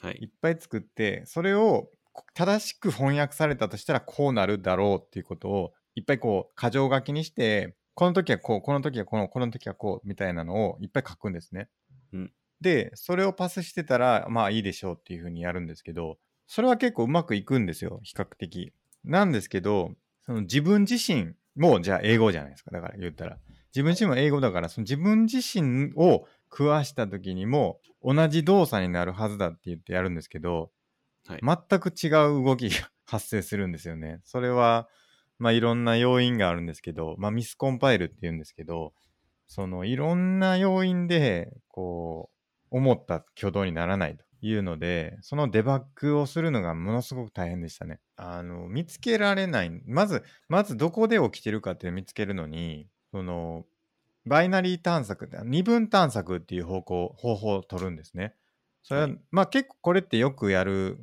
Speaker 2: はい
Speaker 1: いっぱい作って、それをこ正しく翻訳されたとしたらこうなるだろうっていうことをいっぱいこう、箇条書きにして、この時はこう、この時はこの、この時はこうみたいなのをいっぱい書くんですね。
Speaker 2: うん
Speaker 1: で、それをパスしてたら、まあいいでしょうっていうふうにやるんですけど、それは結構うまくいくんですよ、比較的。なんですけど、その自分自身も、じゃあ英語じゃないですか、だから言ったら。自分自身も英語だから、その自分自身を食わした時にも、同じ動作になるはずだって言ってやるんですけど、
Speaker 2: はい
Speaker 1: 全く違う動きが発生するんですよね。それは、まあ、いろんな要因があるんですけど、まあ、ミスコンパイルって言うんですけど、そのいろんな要因で、こう、思った挙動にならないというので、そのデバッグをするのがものすごく大変でしたね。あの、見つけられない。まず、まずどこで起きてるかっていうのを見つけるのに、その、バイナリー探索、二分探索っていう方向、方法を取るんですね。それは、
Speaker 2: は
Speaker 1: まあ結構これってよくやる、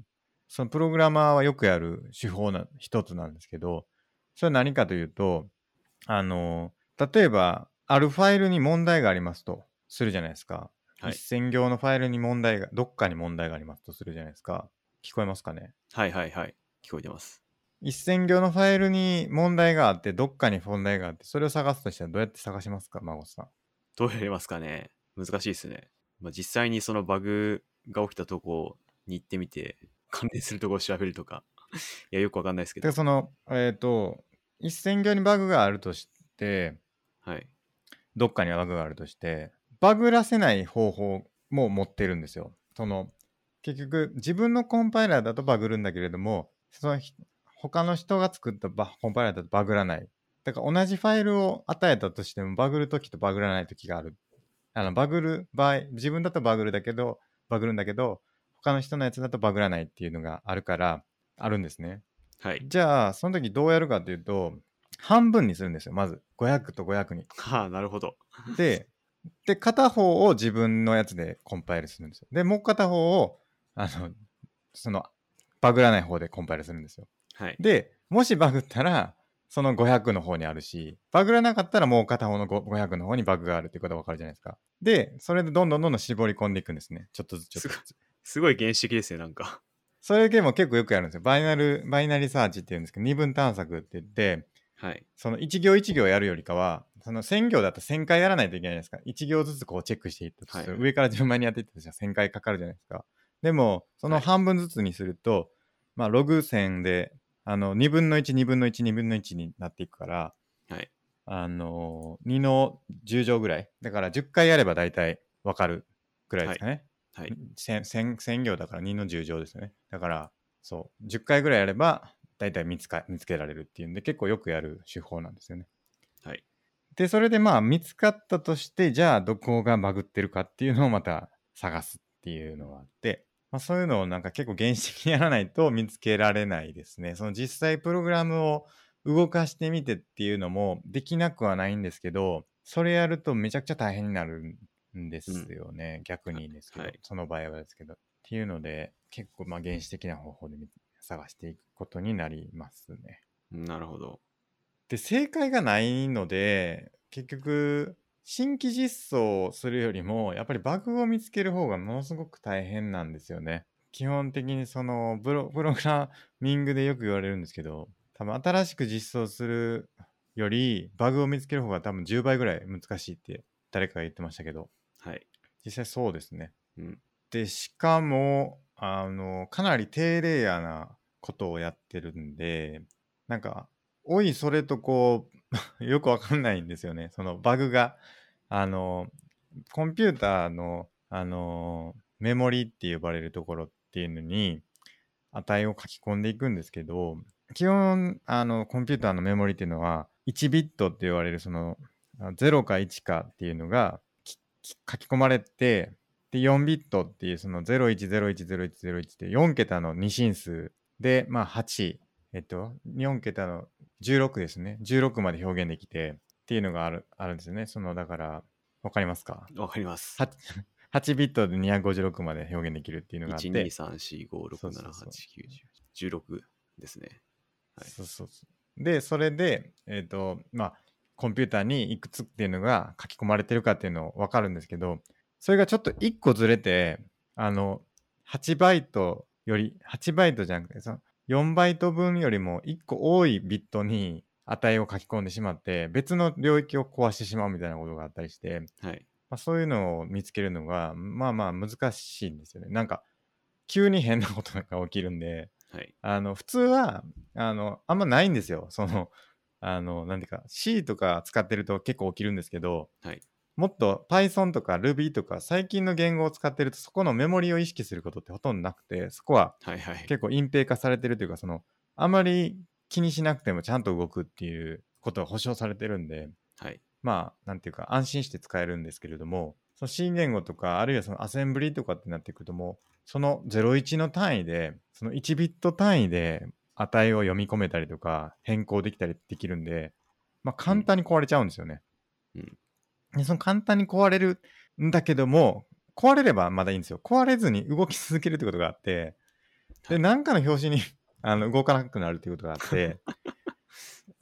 Speaker 1: そのプログラマーはよくやる手法な一つなんですけど、それは何かというと、あの、例えば、あるファイルに問題がありますとするじゃないですか。
Speaker 2: はい
Speaker 1: 1000行のファイルに問題が、どっかに問題がありますとするじゃないですか。聞こえますかね
Speaker 2: はいはいはい聞こえてます
Speaker 1: 1000行のファイルに問題があって、どっかに問題があって、それを探すとしたらどうやって探しますか、孫さん。
Speaker 2: どうやりますかね難しいですね、まあ、実際にそのバグが起きたとこに行ってみて関連するとこを調べるとかいやよくわかんないですけ
Speaker 1: で、
Speaker 2: ど
Speaker 1: その、えっ、と、1000行にバグがあるとして、
Speaker 2: はい
Speaker 1: どっかにバグがあるとして、バグらせない方法も持ってるんですよ。その、結局、自分のコンパイラーだとバグるんだけれども、そのひ、他の人が作ったバコンパイラーだとバグらない。だから同じファイルを与えたとしても、バグるときとバグらないときがある。あの、バグる場合、自分だとバグるだけど、バグるんだけど、他の人のやつだとバグらないっていうのがあるから、あるんですね。
Speaker 2: はい [laughs]
Speaker 1: じゃあ、その時どうやるかというと、半分にするんですよ、まず。500と500に。
Speaker 2: はあなるほど
Speaker 1: で、で、片方を自分のやつでコンパイルするんですよ。で、もう片方を、あの、その、バグらない方でコンパイルするんですよ。
Speaker 2: はい
Speaker 1: で、もしバグったら、その500の方にあるし、バグらなかったらもう片方のご500の方にバグがあるっていうことがわかるじゃないですか。で、それでどんどんどんどん絞り込んでいくんですね。ちょっとずつちょっとずつ。
Speaker 2: すごい原始的ですねなんか
Speaker 1: それでも結構よくやるんですよ。バイナル、バイナリサーチって言うんですけど、二分探索って言って、
Speaker 2: はい
Speaker 1: その1行1行やるよりかは、その1000行だと1000回やらないといけないじゃないですか。1行ずつこうチェックしていったとする、
Speaker 2: はい
Speaker 1: 上から順番にやっていったとしたら1000回かかるじゃないですか。でも、その
Speaker 2: はい
Speaker 1: 半分ずつにすると、まあ、ログ線で、あの、2分の1、2分の1、2分の1になっていくから、
Speaker 2: はい
Speaker 1: あのー、2の10乗ぐらい。だから10回やれば大体わかるぐらいですかね。
Speaker 2: はい
Speaker 1: 千千千行だから2の10乗ですよね。だから、そう、10回ぐらいやれば、大体見つか見つけられるっていうんで、結構よくやる手法なんですよね。
Speaker 2: はい
Speaker 1: で、それでまあ、見つかったとして、じゃあ、どこがバグってるかっていうのをまた探すっていうのがあって、まあ、そういうのをなんか結構原始的にやらないと見つけられないですね。その実際プログラムを動かしてみてっていうのもできなくはないんですけど、それやるとめちゃくちゃ大変になるんですよね。逆にですけど、
Speaker 2: はい
Speaker 1: その場合はですけど。っていうので、結構まあ原始的な方法で見探していくことになりますね。
Speaker 2: なるほど
Speaker 1: で正解がないので結局新規実装をするよりもやっぱりバグを見つける方がものすごく大変なんですよね。基本的にそのプロ [laughs] プログラミングでよく言われるんですけど多分新しく実装するよりバグを見つける方が多分10倍ぐらい難しいって誰かが言ってましたけど
Speaker 2: はい
Speaker 1: 実際そうですね。
Speaker 2: うん
Speaker 1: でしかもあのかなり低レイヤーなことをやってるんでなんかおいそれとこう [laughs] よくわかんないんですよねそのバグがあのコンピューターのあのメモリって呼ばれるところっていうのに値を書き込んでいくんですけど基本あのコンピューターのメモリっていうのは1ビットって言われるそのあ0か1かっていうのがき書き込まれて、で、4ビットっていうその01010101って4桁の2進数で、まあ8、えっと、4桁の16ですね。16まで表現できてっていうのがある、あるんですよね。その、だから、わかりますか
Speaker 2: わかります。
Speaker 1: [laughs] 8 8ビットで256まで表現できるっていうのがあって、
Speaker 2: 1、2、3、4、5、
Speaker 1: そ
Speaker 2: 6、
Speaker 1: うそ
Speaker 2: 7、
Speaker 1: うそう
Speaker 2: 8、9、10、16ですね。はい
Speaker 1: そうそうそうでそれで、えっとまあ、コンピューターにいくつっていうのが書き込まれてるかっていうのを分かるんですけどそれがちょっと1個ずれてあの8バイトより8バイトじゃなくてその4バイト分よりも1個多いビットに値を書き込んでしまって別の領域を壊してしまうみたいなことがあったりして、
Speaker 2: はい。
Speaker 1: まあ、そういうのを見つけるのがまあまあ難しいんですよねなんか急に変なことが起きるんで
Speaker 2: はい。
Speaker 1: あの、普通は、あの、あんまないんですよ。その、あの、なんていうか、C とか使ってると結構起きるんですけど、
Speaker 2: はい
Speaker 1: もっと Python とか Ruby とか最近の言語を使ってると、そこのメモリを意識することってほとんどなくて、そこは
Speaker 2: はい。はい。
Speaker 1: 結構隠蔽化されてるというか、その、あまり気にしなくてもちゃんと動くっていうことが保証されてるんで、
Speaker 2: はい。
Speaker 1: まあ、なんていうか、安心して使えるんですけれども、その C 言語とか、あるいはそのアセンブリとかってなってくると、もう、その01の単位で、その1ビット単位で値を読み込めたりとか、変更できたりできるんで、まあ、簡単に壊れちゃうんですよね。
Speaker 2: うん
Speaker 1: でその簡単に壊れるんだけども、壊れればまだいいんですよ。壊れずに動き続けるってことがあって、
Speaker 2: は
Speaker 1: で、
Speaker 2: い
Speaker 1: なんかの表紙に [laughs] あの動かなくなるっていうことがあって、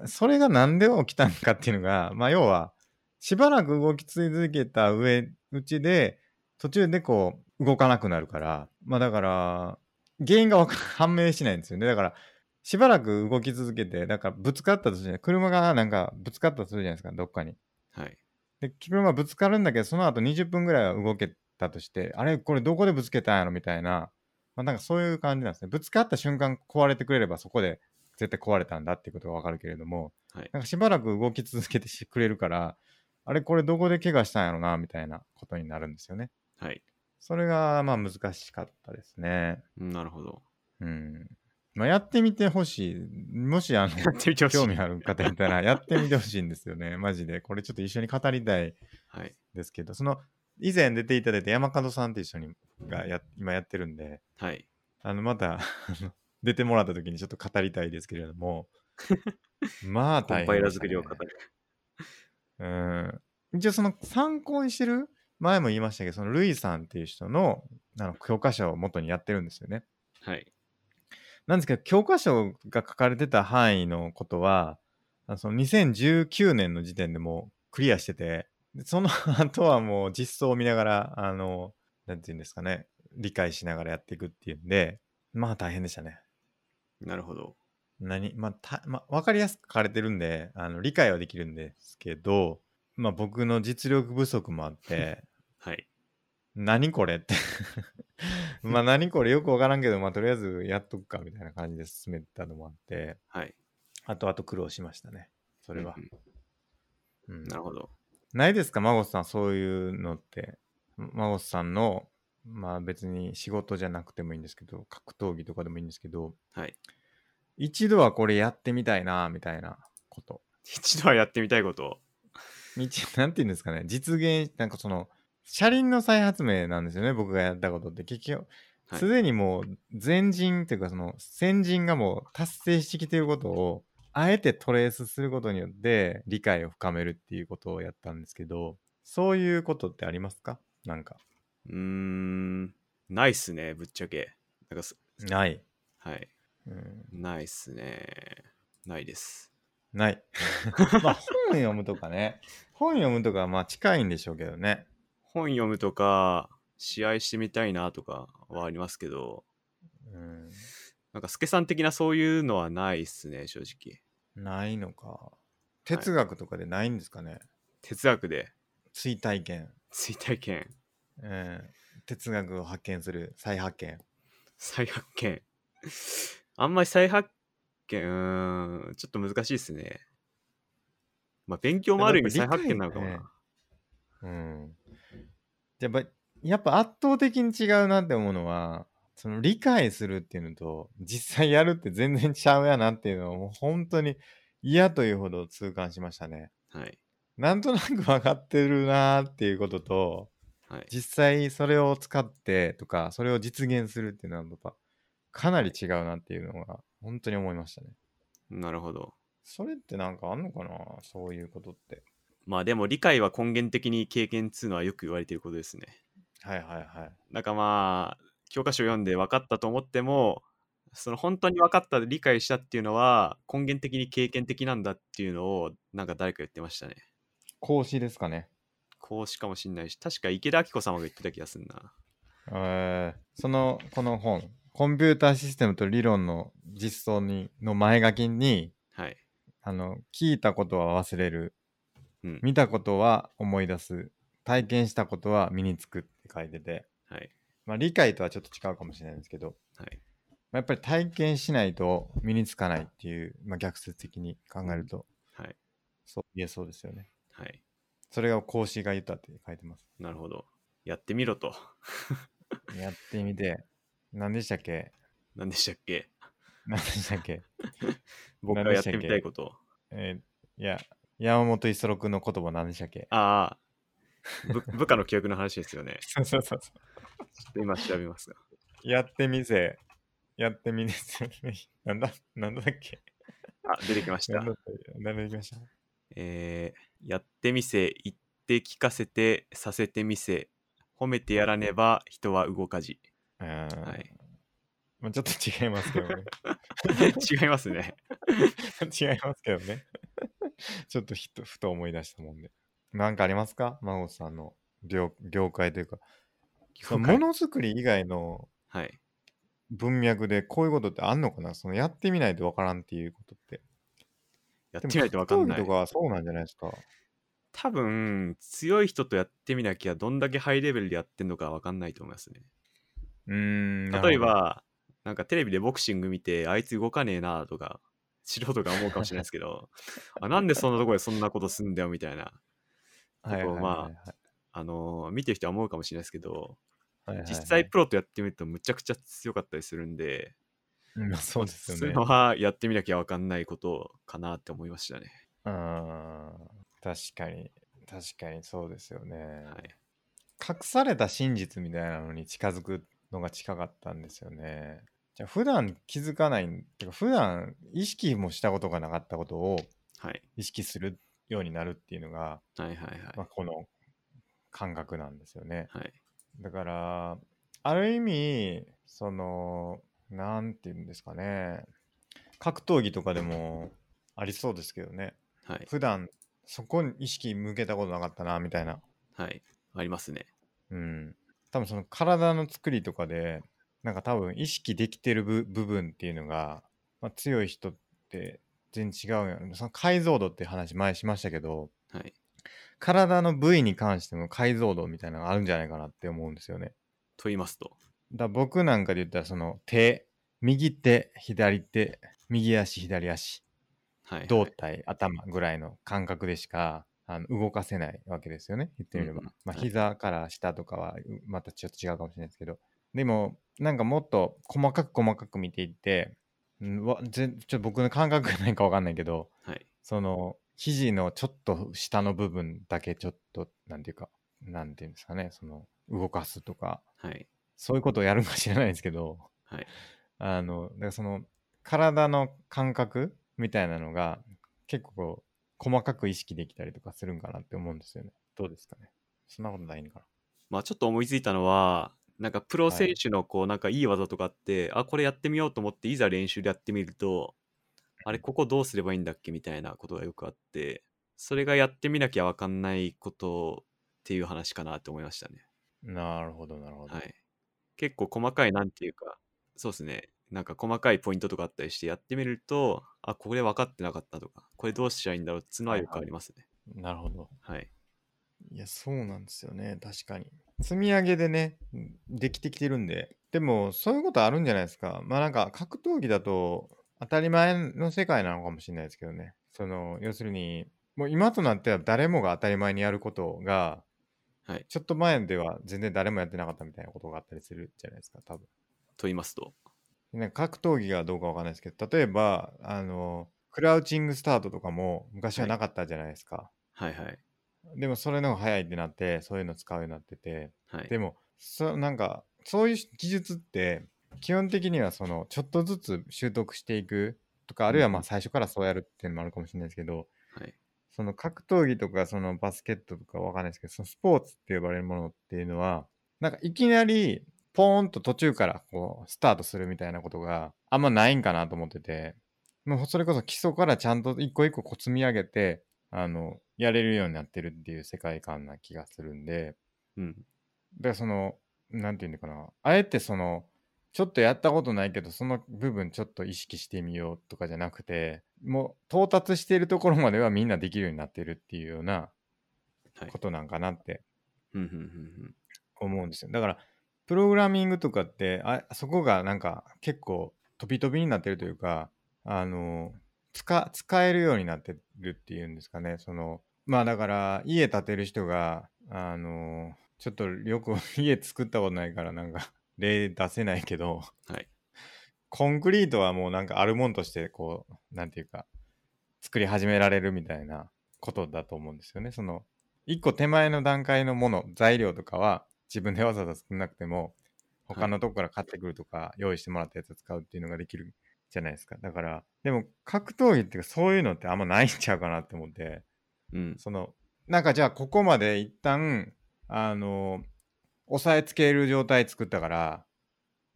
Speaker 1: それがなんで起きたのかっていうのが、まあ、要は、しばらく動き続けた上、うちで、途中でこう、動かなくなるから、まあだから、原因がわか [laughs] 判明しないんですよね。だから、しばらく動き続けて、だからぶつかったとするじゃない、車がなんかぶつかったとするじゃないですか、どっかに。
Speaker 2: はい。
Speaker 1: で、車ぶつかるんだけど、その後20分ぐらいは動けたとして、あれこれどこでぶつけたんやろみたいな、まあなんかそういう感じなんですね。ぶつかった瞬間壊れてくれればそこで絶対壊れたんだっていうことがわかるけれども、
Speaker 2: はい
Speaker 1: なんかしばらく動き続けてしくれるから、あれこれどこで怪我したんやろなみたいなことになるんですよね。
Speaker 2: はい。
Speaker 1: それがまあ難しかったですね。
Speaker 2: うんなるほど。
Speaker 1: うん。まあやってみてほしい。もしあ
Speaker 2: [laughs]
Speaker 1: の、
Speaker 2: やってみてほし
Speaker 1: [laughs]
Speaker 2: い
Speaker 1: 興味ある方いたらやってみてほしいんですよね。マジで。これちょっと一緒に語りたい
Speaker 2: はい。
Speaker 1: ですけど、その以前出ていただいた山門さんと一緒にがや今やってるんで、
Speaker 2: はい。
Speaker 1: あのまたあの出てもらった時にちょっと語りたいですけれど
Speaker 2: [laughs]
Speaker 1: も、まあ
Speaker 2: コン
Speaker 1: 大
Speaker 2: パイ
Speaker 1: 変
Speaker 2: ラ
Speaker 1: でした
Speaker 2: 作
Speaker 1: ね、
Speaker 2: りを語る。
Speaker 1: うん。一応その参考にしてる前も言いましたけど、そのルイさんっていう人のあの教科書を元にやってるんですよね。
Speaker 2: はい。
Speaker 1: なんですけど、教科書が書かれてた範囲のことは、あのその2019年の時点でもうクリアしてて、でその [laughs] 後はもう実装を見ながら、あの、なんていうんですかね、理解しながらやっていくっていうんで、まあ大変でしたね。
Speaker 2: なるほど。
Speaker 1: 何まあ、た、まあ、わかりやすく書かれてるんで、あの、理解はできるんですけど、まあ僕の実力不足もあって、
Speaker 2: はい。
Speaker 1: 何これって [laughs] まあ何これよくわからんけど、まあとりあえずやっとくかみたいな感じで進めたのもあって、
Speaker 2: はい。
Speaker 1: あとあと苦労しましたね。それは
Speaker 2: うん。
Speaker 1: うん
Speaker 2: なるほど。
Speaker 1: ないですか、孫さん、そういうのって。孫さんの、まあ別に仕事じゃなくてもいいんですけど、格闘技とかでもいいんですけど、
Speaker 2: はい。 [laughs]
Speaker 1: 一度はこれやってみたいな、みたいなこと。
Speaker 2: 一度はやってみたいことを。
Speaker 1: 一 [laughs] なんていうんですかね、実現、なんかその、車輪の再発明なんですよね、僕がやったことって。結局、
Speaker 2: はい
Speaker 1: すでにもう前人っていうかその先人がもう達成してきていることをあえてトレースすることによって理解を深めるっていうことをやったんですけどそういうことってありますかなんか
Speaker 2: うーん。ないっすね、ぶっちゃけ。なんかす
Speaker 1: ない、
Speaker 2: はい。
Speaker 1: うん、
Speaker 2: ないっすね。ないです。
Speaker 1: ない [laughs] まあ本読むとかね本読むとかはまあ近いんでしょうけどね
Speaker 2: 本読むとか、試合してみたいなとかはありますけど、
Speaker 1: うん
Speaker 2: なんか、スケさん的なそういうのはないっすね、正直。
Speaker 1: ないのか哲学とかでないんですかね、
Speaker 2: 哲学で、 [laughs]
Speaker 1: 追体験、
Speaker 2: 追体験、
Speaker 1: うん、哲学を発見する再発見
Speaker 2: 再発見。あんまり再発見、うーん、ちょっと難しいっすね。まあ、勉強もある意味
Speaker 1: でも
Speaker 2: 再
Speaker 1: やっぱ
Speaker 2: 発
Speaker 1: 理解
Speaker 2: 見なのかもな。
Speaker 1: ねうん。やっぱ、やっぱ圧倒的に違うなって思うのは、その理解するっていうのと、実際やるって全然ちゃうやなっていうのを、もう本当に嫌というほど痛感しましたね。
Speaker 2: はい。
Speaker 1: なんとなく分かってるなーっていうことと、
Speaker 2: はい。
Speaker 1: 実際それを使ってとか、それを実現するっていうのは、やっぱ、かなり違うなっていうのが、本当に思いましたね。
Speaker 2: なるほど。
Speaker 1: それってなんかあんのかなそういうことって。
Speaker 2: まあでも理解は根源的に経験っつうのはよく言われていることですね。
Speaker 1: はいはいはい。
Speaker 2: なんかまあ教科書読んで分かったと思ってもその本当に分かった理解したっていうのは根源的に経験的なんだっていうのをなんか誰か言ってましたね。
Speaker 1: 孔子ですかね。
Speaker 2: 孔子かもしんないし確か池田明子様が言ってた気がするな。
Speaker 1: えーその、この本、コンピューターシステムと理論の実装にの前書きに、
Speaker 2: はい。
Speaker 1: あの、聞いたことは忘れる、
Speaker 2: うん。
Speaker 1: 見たことは思い出す、体験したことは身につくって書いてて、
Speaker 2: はい。
Speaker 1: まあ、理解とはちょっと違うかもしれないですけど、
Speaker 2: はい。
Speaker 1: まあ、やっぱり体験しないと身につかないっていう、まあ、逆説的に考えると、
Speaker 2: はい。
Speaker 1: そう言えそうですよね。
Speaker 2: はい。
Speaker 1: それが孔子が言ったって書いてます。
Speaker 2: なるほど。やってみろと。 [laughs]
Speaker 1: やってみて、何でしたっけ
Speaker 2: 何でしたっけ
Speaker 1: 何でしたっけ
Speaker 2: 僕がやってみたいこと。
Speaker 1: えーいや、山本五十六の言葉何でしたっけ
Speaker 2: ああ。ぶ [laughs] 部下の記憶の話ですよね。
Speaker 1: そうそうそうそ
Speaker 2: ちょっと今調べますが。
Speaker 1: う。やってみせ、やってみですよね。 [laughs] なんだ、なんだっけ
Speaker 2: あ、出てきまし
Speaker 1: な
Speaker 2: た
Speaker 1: ん。だったなんでいきました
Speaker 2: えーやってみせ、言って聞かせて、させてみせ、褒めてやらねば人は動かじ。
Speaker 1: うーん、
Speaker 2: はい、 [laughs]
Speaker 1: まあちょっと違いますけどね。
Speaker 2: 違いますね。
Speaker 1: 違いますけどね。 [laughs] ちょっとひとふと思い出したもんで。なんかありますか孫さんの業業界というか。そのものづくり以外の
Speaker 2: はい。
Speaker 1: 文脈でこういうことってあんのかなそのやってみないとわからんっていうことって。
Speaker 2: やっ
Speaker 1: で
Speaker 2: て
Speaker 1: も
Speaker 2: みないと分かん
Speaker 1: 格闘
Speaker 2: な
Speaker 1: 技
Speaker 2: い
Speaker 1: と。かはそうなんじゃないですか。
Speaker 2: 多分、強い人とやってみなきゃ、どんだけハイレベルでやってんのか分かんないと思いますね。
Speaker 1: うーん。なるほど
Speaker 2: 例え。ば、なんかテレビでボクシング見て、あいつ動かねえなとか、素人が思うかもしれないです
Speaker 1: [laughs]
Speaker 2: けど、あなんでそんなところでそんなことすんだよみたいな、
Speaker 1: はいはいはい
Speaker 2: まああのー見てる人は思うかもしれないですけど、
Speaker 1: はいはいはい
Speaker 2: 実際プロとやってみるとむちゃくちゃ強かったりするんで、
Speaker 1: うんまあそうです
Speaker 2: そうい
Speaker 1: よ
Speaker 2: う
Speaker 1: ね
Speaker 2: の。はやってみなきゃ分かんないことかなって思いましたね。
Speaker 1: うーん。確かに。確かにそうですよね。
Speaker 2: はい、
Speaker 1: 隠された真実みたいなのに近づくのが近かったんですよね。じゃあ普段気づかないっていうか普段意識もしたことがなかったことを
Speaker 2: はい、
Speaker 1: 意識するようになるっていうのが、
Speaker 2: はい、はい、は
Speaker 1: まあ、この感覚なんですよね。
Speaker 2: い。はい、
Speaker 1: だからある意味そのなんて言うんですかね格闘技とかでもありそうですけどね
Speaker 2: はい、
Speaker 1: 普段そこに意識向けたことなかったなみたいな
Speaker 2: はい、ありますね。
Speaker 1: うん多分その体の作りとかでなんか多分意識できてる部部分っていうのが、まあ、強い人って全然違うよねその解像度って話前しましたけど
Speaker 2: はい、
Speaker 1: 体の部位に関しても解像度みたいなのがあるんじゃないかなって思うんですよね
Speaker 2: と言いますと、
Speaker 1: だ僕なんかで言ったらその手右手左手右足左足
Speaker 2: はい、
Speaker 1: 胴体頭ぐらいの感覚でしかあの動かせないわけですよね言ってみれば、
Speaker 2: うんうん
Speaker 1: まあ、
Speaker 2: はい
Speaker 1: 膝から下とかはうまたちょっと違うかもしれないですけどでもなんかもっと細かく細かく見ていってうんわぜちょっと僕の感覚がないかわかんないけど
Speaker 2: はい、
Speaker 1: その肘のちょっと下の部分だけちょっとなんていうかなんていうんですかねその動かすとか
Speaker 2: はい、
Speaker 1: そういうことをやるかもしれないですけど、
Speaker 2: はい、
Speaker 1: あの、だからその、体の感覚みたいなのが、結構こう、細かく意識できたりとかするんかなって思うんですよね。どうですかね。そんなことないのか
Speaker 2: まあちょっと思いついたのは、なんかプロ
Speaker 1: はい
Speaker 2: 選手のこう、なんかいい技とかあって、あ、これやってみようと思って、いざ練習でやってみると、あれ、ここどうすればいいんだっけみたいなことがよくあって、それがやってみなきゃ分かんないことっていう話かなと思いましたね。
Speaker 1: な。なるほど、なるほど。
Speaker 2: はい、結構細かいなんていうかそうですねなんか細かいポイントとかあったりしてやってみるとあこれ分かってなかったとかこれどうしたらいいんだろうっつうのはよくありますね
Speaker 1: なるほど。
Speaker 2: はい
Speaker 1: いや、そうなんですよね。確かに。積み上げでね、できてきてるんで。でも、そういうことあるんじゃないですか。まあなんか、格闘技だと、当たり前の世界なのかもしれないですけどね。その、要するに、もう今となっては誰もが当たり前にやることが、
Speaker 2: はい
Speaker 1: ちょっと前では全然誰もやってなかったみたいなことがあったりするじゃないですか、多分。
Speaker 2: と言いますと
Speaker 1: なんか格闘技がどうかわかんないですけど、例えば、あの、クラウチングスタートとかも昔ははいなかったじゃないですか。
Speaker 2: はいはい
Speaker 1: でもそれの方が早いってなって、そういうの使うようになってて、
Speaker 2: はい。
Speaker 1: でも、そなんか、そういう技術って、基本的にはその、ちょっとずつ習得していくとか、あるいはまあ
Speaker 2: うん
Speaker 1: 最初からそうやるっていうのもあるかもしれないですけど、
Speaker 2: はい。
Speaker 1: その格闘技とか、そのバスケットとかわかんないですけど、そのスポーツって呼ばれるものっていうのは、なんかいきなり、ポーンと途中からこう、スタートするみたいなことがあんまないんかなと思ってて、もうそれこそ基礎からちゃんと一個一個こう積み上げて、あの、やれるようになってるっていう世界観な気がするんで、
Speaker 2: うん。
Speaker 1: だからその、なんていうのかな、あえてその、ちょっとやったことないけど、その部分ちょっと意識してみようとかじゃなくて、もう到達しているところまではみんなできるようになってるっていうような
Speaker 2: はい
Speaker 1: ことなんかなって
Speaker 2: うんうんうんうん。
Speaker 1: 思うんですよ。だから、プログラミングとかって、あそこがなんか結構飛び飛びになってるというか、あの、使使えるようになってるっていうんですかね。その、まあだから、家建てる人が、あの、ちょっとよく [laughs] 家作ったことないからなんか例出せないけど、
Speaker 2: はい
Speaker 1: コンクリートはもうなんかあるもんとして、こう、なんていうか、作り始められるみたいなことだと思うんですよね。その、一個手前の段階のもの、材料とかは自分でわざわざ作んなくても、
Speaker 2: はい
Speaker 1: 他のとこから買ってくるとか、用意してもらったやつ使うっていうのができるじゃないですか。だから、でも格闘技っていうかそういうのってあんまないんちゃうかなって思って、
Speaker 2: うん。
Speaker 1: その、なんかじゃあここまで一旦、あの、押さえつける状態作ったから、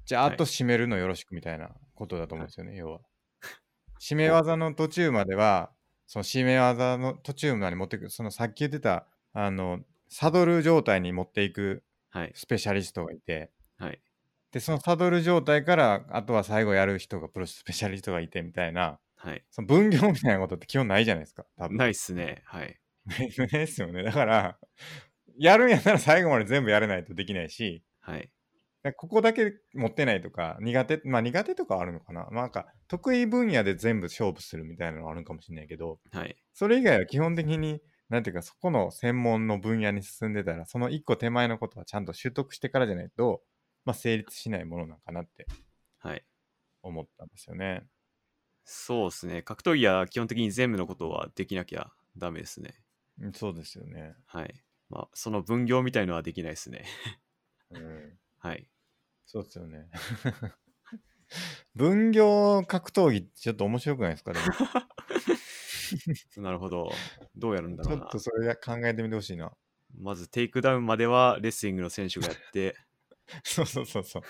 Speaker 1: じゃあ
Speaker 2: はい
Speaker 1: あと締めるのよろしくみたいなことだと思うんですよね、要は。締め技の途中までは、その締め技の途中まで持っていく、そのさっき言ってた、あの、サドル状態に持っていく
Speaker 2: はい。
Speaker 1: スペシャリストがいて、
Speaker 2: はい。
Speaker 1: で、そのサドル状態から、あとは最後やる人がプロスペシャリストがいてみたいな、
Speaker 2: はい。
Speaker 1: その分業みたいなことって基本ないじゃないですか、多分。
Speaker 2: ないっすね。はい。
Speaker 1: ないですよね。だから、やるんやなら最後まで全部やれないとできないし、
Speaker 2: はい。
Speaker 1: だからここだけ持ってないとか、苦手、まあ苦手とかはあるのかな。まあなんか、得意分野で全部勝負するみたいなのはあるかもしれないけど、
Speaker 2: はい。
Speaker 1: それ以外は基本的に、なんていうか、そこの専門の分野に進んでたら、その一個手前のことはちゃんと習得してからじゃないと、まあ成立しないものなんかなって
Speaker 2: はい。
Speaker 1: 思ったんですよね。
Speaker 2: そうですね。格闘技は基本的に全部のことはできなきゃダメですね。
Speaker 1: うんそうですよね。
Speaker 2: はい。まあ、その分業みたいのはできないですね。 [laughs]
Speaker 1: うん。
Speaker 2: はい。
Speaker 1: そうですよね。分業格闘技ってちょっと面白くないですかでも
Speaker 2: なるほど。どうやるんだ
Speaker 1: ちょ
Speaker 2: ろうな
Speaker 1: っ。とそれや考えてみてほしいな。 [laughs]
Speaker 2: まず、テイクダウンまではレスリングの選手がやって、 [laughs]
Speaker 1: そうそうそうそう。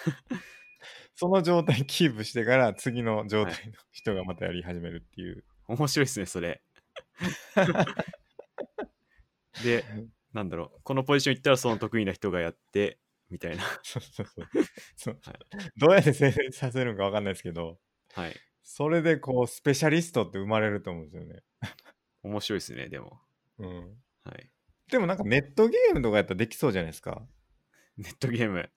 Speaker 1: その状態キープしてから次の状態の人がまたやり始めるっていう。
Speaker 2: 面白いですね、それ。 [laughs] で、なんだろう。このポジション行ったらその得意な人がやって、みたいな。
Speaker 1: そうそうそうそう
Speaker 2: はい
Speaker 1: どうやって成立させるのかわかんないですけど、
Speaker 2: はい。
Speaker 1: それでこうスペシャリストって生まれると思うんですよね。
Speaker 2: 面白いですね、でも。
Speaker 1: うん。
Speaker 2: はい。
Speaker 1: でもなんかネットゲームとかやったらできそうじゃないですか。
Speaker 2: ネットゲーム。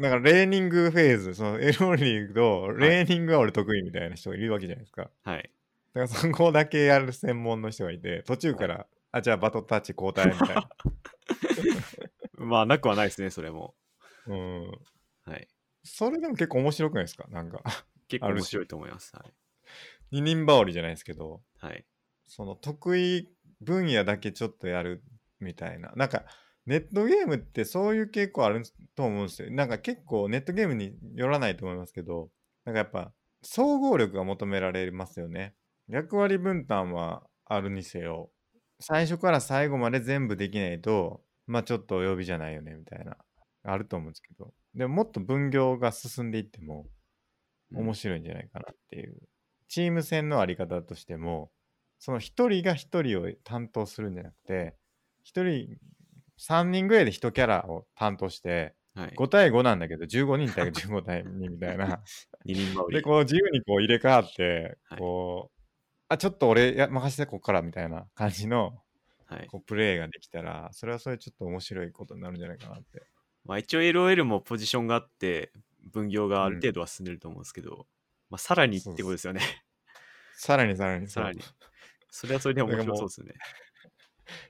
Speaker 1: だからレーニングフェーズ、そのエロリーとレーニングは俺得意みたいな人がいるわけじゃないですか。
Speaker 2: はい。
Speaker 1: だからそこだけやる専門の人がいて、途中から、あ、じゃあバトンタッチ交代みたいな。
Speaker 2: まあ、なくはないですね、それも。
Speaker 1: うん。
Speaker 2: はい。
Speaker 1: それでも結構面白くないですかなんか、 [laughs]
Speaker 2: 結構
Speaker 1: ある
Speaker 2: 面
Speaker 1: 種
Speaker 2: 白いと思います。はい。
Speaker 1: 二人羽織じゃないですけど、
Speaker 2: はい。
Speaker 1: その得意分野だけちょっとやるみたいな。なんか、ネットゲームってそういう傾向あると思うんですよ。なんか結構ネットゲームによらないと思いますけど、なんかやっぱ、総合力が求められますよね。役割分担はあるにせよ、最初から最後まで全部できないと、まあちょっとお呼びじゃないよね、みたいな、あると思うんですけど、でももっと分業が進んでいっても、
Speaker 2: うん
Speaker 1: 面白いんじゃないかなっていう。チーム戦のあり方としても、その一人が一人を担当するんじゃなくて、一人、三人ぐらいで一キャラを担当して、
Speaker 2: はい。
Speaker 1: 5対5なんだけど、15人
Speaker 2: [laughs]
Speaker 1: 対15対2みたいな。
Speaker 2: 二人羽織
Speaker 1: で、。こう自由にこう入れ替わって
Speaker 2: はい、
Speaker 1: こう、あ、ちょっと俺や任せてこっからみたいな感じの
Speaker 2: はい。
Speaker 1: こうプレイができたら、それはそれちょっと面白いことになるんじゃないかなって。
Speaker 2: まあ、一応 LOL もポジションがあって、分業がある程度は進んでると思うんですけど、まあ、さらにってことですよね。 [laughs]
Speaker 1: さらにさらに
Speaker 2: さ
Speaker 1: そう
Speaker 2: らに。それはそれで面白そうですね。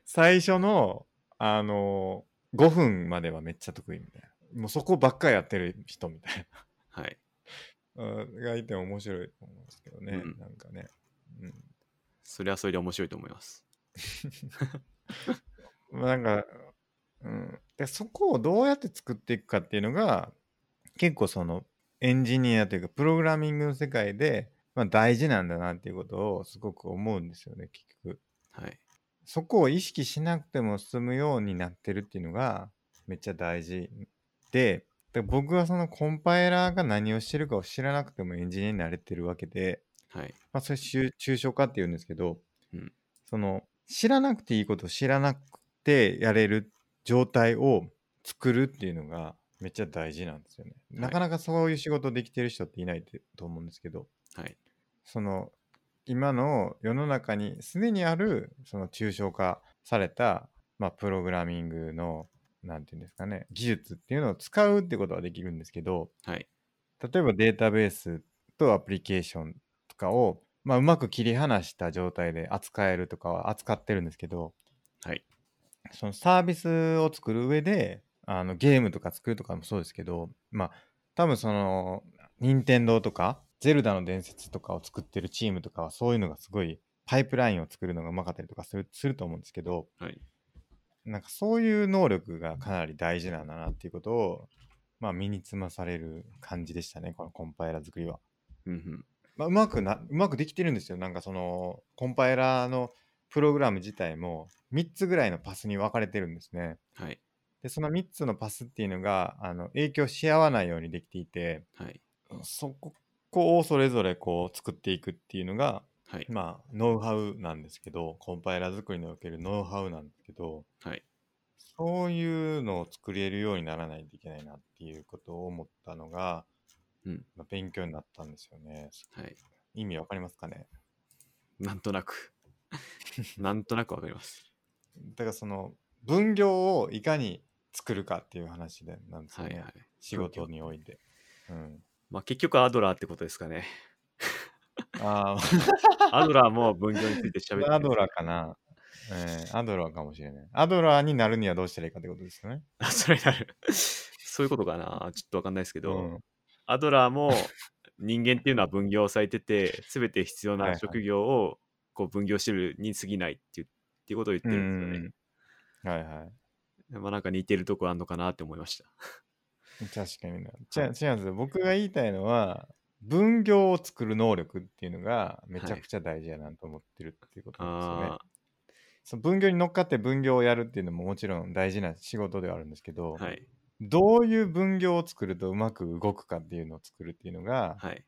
Speaker 1: 最初の、あのー、5分まではめっちゃ得意みたいな。もうそこばっかりやってる人みたい
Speaker 2: はい。
Speaker 1: な。うんがいても面白いと思うんですけどね。
Speaker 2: うん
Speaker 1: なんかね。うん。
Speaker 2: それはそれで面白いと思います。
Speaker 1: まあなんか、うん、でそこをどうやって作っていくかっていうのが結構そのエンジニアというかプログラミングの世界で、まあ、大事なんだなっていうことをすごく思うんですよね結局
Speaker 2: はい。
Speaker 1: そこを意識しなくても済むようになってるっていうのがめっちゃ大事でで僕はそのコンパイラーが何をしてるかを知らなくてもエンジニアになれてるわけで、
Speaker 2: はい。
Speaker 1: まあ、それ抽抽象化って言うんですけど、
Speaker 2: うん
Speaker 1: その知らなくていいことを知らなくてやれる状態を作るっていうのがめっちゃ大事なんですよね。
Speaker 2: い
Speaker 1: なかなかそういう仕事できてる人っていないってと思うんですけど
Speaker 2: はい。
Speaker 1: その今の世の中にすでにあるその抽象化された、まあ、プログラミングのなんていうんですかね技術っていうのを使うってことはできるんですけど、
Speaker 2: はい。
Speaker 1: 例えばデータベースとアプリケーションとかを、まあ、うまく切り離した状態で扱えるとかは扱ってるんですけど
Speaker 2: はい。
Speaker 1: そのサービスを作る上であのゲームとか作るとかもそうですけどまあ多分その任天堂とかゼルダの伝説とかを作ってるチームとかはそういうのがすごいパイプラインを作るのがうまかったりとかするすると思うんですけど
Speaker 2: はい。
Speaker 1: なんかそういう能力がかなり大事なんだなっていうことを、まあ、身につまされる感じでしたねこのコンパイラ作りは。
Speaker 2: うんうん。
Speaker 1: まあ、うまくな、うまくできてるんですよ。なんかその、コンパイラーのプログラム自体も、3つぐらいのパスに分かれてるんですね。
Speaker 2: はい。
Speaker 1: で、その3つのパスっていうのが、あの、影響し合わないようにできていて、
Speaker 2: はい。
Speaker 1: そここをそれぞれこう作っていくっていうのが、
Speaker 2: はい。
Speaker 1: まあ、ノウハウなんですけど、コンパイラー作りにおけるノウハウなんですけど、
Speaker 2: はい。
Speaker 1: そういうのを作れるようにならないといけないなっていうことを思ったのが、
Speaker 2: うん
Speaker 1: まあ勉強になったんですよね。
Speaker 2: はい。
Speaker 1: 意味わかりますかね
Speaker 2: なんとな
Speaker 1: [laughs]
Speaker 2: く。なんとなくわかります。
Speaker 1: だからその分業をいかに作るかっていう話でなんです
Speaker 2: は
Speaker 1: よ
Speaker 2: い
Speaker 1: ね、
Speaker 2: はい。
Speaker 1: 仕事において。うん、
Speaker 2: まあ結局アドラーってことですかね。
Speaker 1: あ
Speaker 2: アドラーも分業について喋って
Speaker 1: あ、アドラーかな、えーアドラーかもしれない。アドラーになるにはどうしたらいいかってことですよね。
Speaker 2: [laughs] あ、それなる。そういうことかな。ちょっとわかんないですけ
Speaker 1: う
Speaker 2: ど、
Speaker 1: ん、
Speaker 2: アドラ
Speaker 1: [laughs]
Speaker 2: ーも人間っていうのは分業されてて、すべて必要
Speaker 1: はい
Speaker 2: な
Speaker 1: はい
Speaker 2: 職業をこう分業してるに過ぎないっていうっていうことを言ってるんですよね。
Speaker 1: うんはいはい。
Speaker 2: まあなんか似てるとこあんのかなって思いました。
Speaker 1: 確かにな。ちゃ違うんですよ。僕が言いたいのは、分業を作る能力っていうのがめちゃくちゃ大事やなと思ってるっていうことなんですよね。
Speaker 2: あ
Speaker 1: その分業に乗っかって分業をやるっていうのももちろん大事な仕事ではあるんですけど、
Speaker 2: あ、はい。
Speaker 1: どういう分業を作るとうまく動くかっていうのを作るっていうのが
Speaker 2: はい。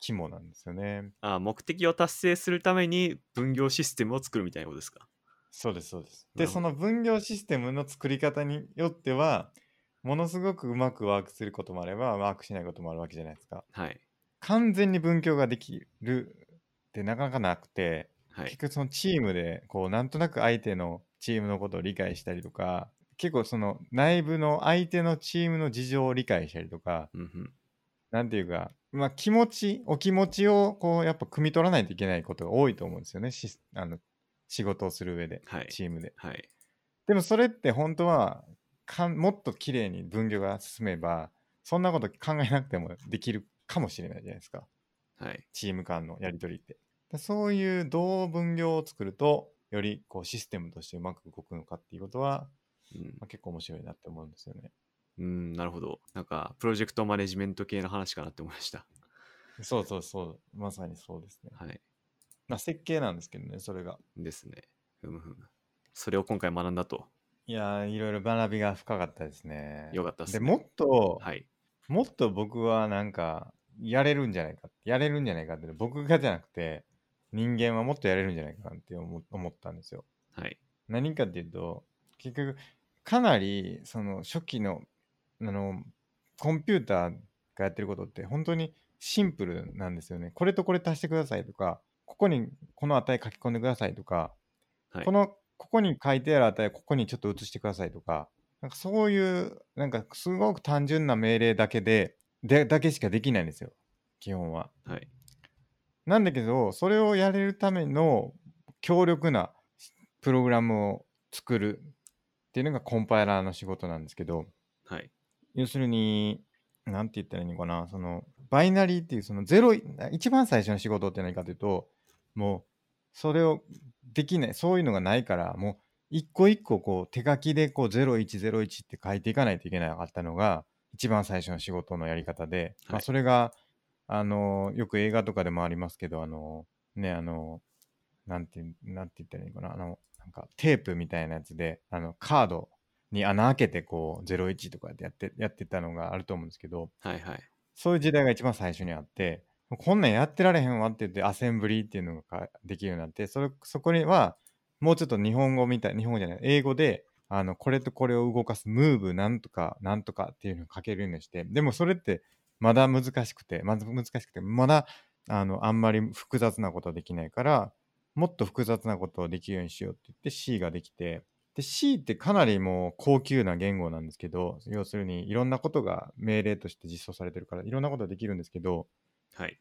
Speaker 1: 肝なんですよね。
Speaker 2: あー目的を達成するために分業システムを作るみたいなことですか。
Speaker 1: そうですそうです。
Speaker 2: な
Speaker 1: で
Speaker 2: るほ
Speaker 1: そ
Speaker 2: ど
Speaker 1: の分業システムの作り方によってはものすごくうまくワークすることもあればワークしないこともあるわけじゃないですか。
Speaker 2: はい。
Speaker 1: 完全に分業ができるってなかなかなくて、
Speaker 2: はい
Speaker 1: 結。局そのチームでこうなんとなく相手のチームのことを理解したりとか結構その内部の相手のチームの事情を理解したりとか
Speaker 2: うんうん、
Speaker 1: なんていうか、まあ、気持ち、お気持ちを、こう、やっぱ、汲み取らないといけないことが多いと思うんですよね。しあの仕事をする上で、
Speaker 2: はい。
Speaker 1: チームで。
Speaker 2: はい。
Speaker 1: でも、それって本当はかん、もっと綺麗に分業が進めば、そんなこと考えなくてもできるかもしれないじゃないですか。
Speaker 2: はい。
Speaker 1: チーム間のやりとりって。でそういう、どう分業を作ると、より、こう、システムとしてうまく動くのかっていうことは、
Speaker 2: うん
Speaker 1: まあ、結構面白いなって思うんですよね。
Speaker 2: うん、なるほど。なんか、プロジェクトマネジメント系の話かなって思いました。
Speaker 1: そうそうそう。まさにそうですね。
Speaker 2: はい。
Speaker 1: まあ、設計なんですけどね、それが。
Speaker 2: ですね。ふむふむ。それを今回学んだと。
Speaker 1: いやーいろいろ学びが深かったですね。
Speaker 2: よかったっすね
Speaker 1: でもっと、
Speaker 2: はい。
Speaker 1: もっと僕はなんか、やれるんじゃないか、やれるんじゃないかって、僕がじゃなくて、人間はもっとやれるんじゃないかなって思思ったんですよ。
Speaker 2: はい。
Speaker 1: 何かっていうと、結局、かなり、その、初期の、あの、コンピューターがやってることって、本当にシンプルなんですよね。これとこれ足してくださいとか、ここにこの値書き込んでくださいとか、
Speaker 2: はい。
Speaker 1: この、ここに書いてある値をここにちょっと移してくださいとか、なんかそういう、なんかすごく単純な命令だけで、で、だけしかできないんですよ。基本は。
Speaker 2: はい。
Speaker 1: なんだけど、それをやれるための強力なプログラムを作るっていうのがコンパイラーの仕事なんですけど、
Speaker 2: はい。
Speaker 1: 要するに、なんて言ったらいいのかな、その、バイナリーっていう、その、ゼロ、一番最初の仕事って何かというと、もう、それをできない、そういうのがないから、もう、一個一個こう手書きでこう0101って書いていかないといけなかったのが一番最初の仕事のやり方で、ま
Speaker 2: は
Speaker 1: あ、
Speaker 2: い
Speaker 1: それがあのよく映画とかでもありますけどあのねあのなんてなんて言ったらいいのかなあのなんかテープみたいなやつであのカードに穴開けてこう01とかってやってやってたのがあると思うんですけど
Speaker 2: はいはい。
Speaker 1: そういう時代が一番最初にあって、こんなんやってられへんわって言って、アセンブリーっていうのができるようになって、それそこには、もうちょっと日本語みたい、日本語じゃない、英語で、あの、これとこれを動かす、ムーブなんとか、なんとかっていうのを書けるようにして、でもそれって、まだ難しくて、まだ難しくて、まだ、あの、あんまり複雑なことはできないから、もっと複雑なことをできるようにしようって言って C ができて、で C ってかなりもう高級な言語なんですけど要するにいろんなことが命令として実装されてるからいろんなことができるんですけど
Speaker 2: はい。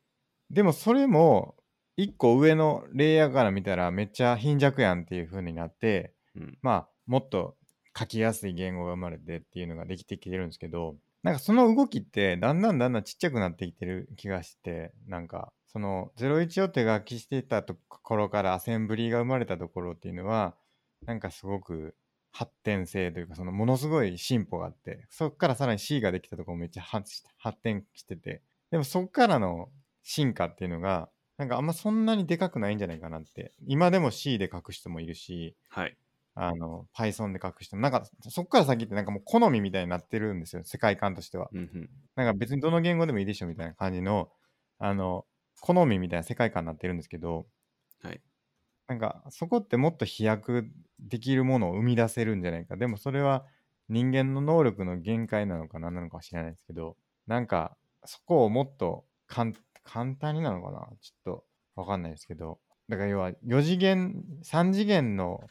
Speaker 1: でもそれも一個上のレイヤーから見たらめっちゃ貧弱やんっていう風になって
Speaker 2: うん。
Speaker 1: まあもっと書きやすい言語が生まれてっていうのができてきてるんですけどなんかその動きってだんだんだんだんちっちゃくなってきてる気がしてなんかその01を手書きしていたところからアセンブリーが生まれたところっていうのはなんかすごく発展性というかそのものすごい進歩があってそこからさらに C ができたところもめっちゃ発発展しててでもそこからの進化っていうのがなんかあんまそんなにでかくないんじゃないかなって今でも C で書く人もいるし
Speaker 2: はい。
Speaker 1: あの、Python で書く人も、なんか、そこから先ってなんかもう好みみたいになってるんですよ、世界観としては。
Speaker 2: うんうん。
Speaker 1: なんか別にどの言語でもいいでしょみたいな感じの、あの、好みみたいな世界観になってるんですけど、
Speaker 2: はい。
Speaker 1: なんかそこってもっと飛躍できるものを生み出せるんじゃないか。でもそれは人間の能力の限界なのか何なのかは知らないですけど、なんかそこをもっと簡簡単になのかなちょっとわかんないですけど。だから要は4次元、3次元の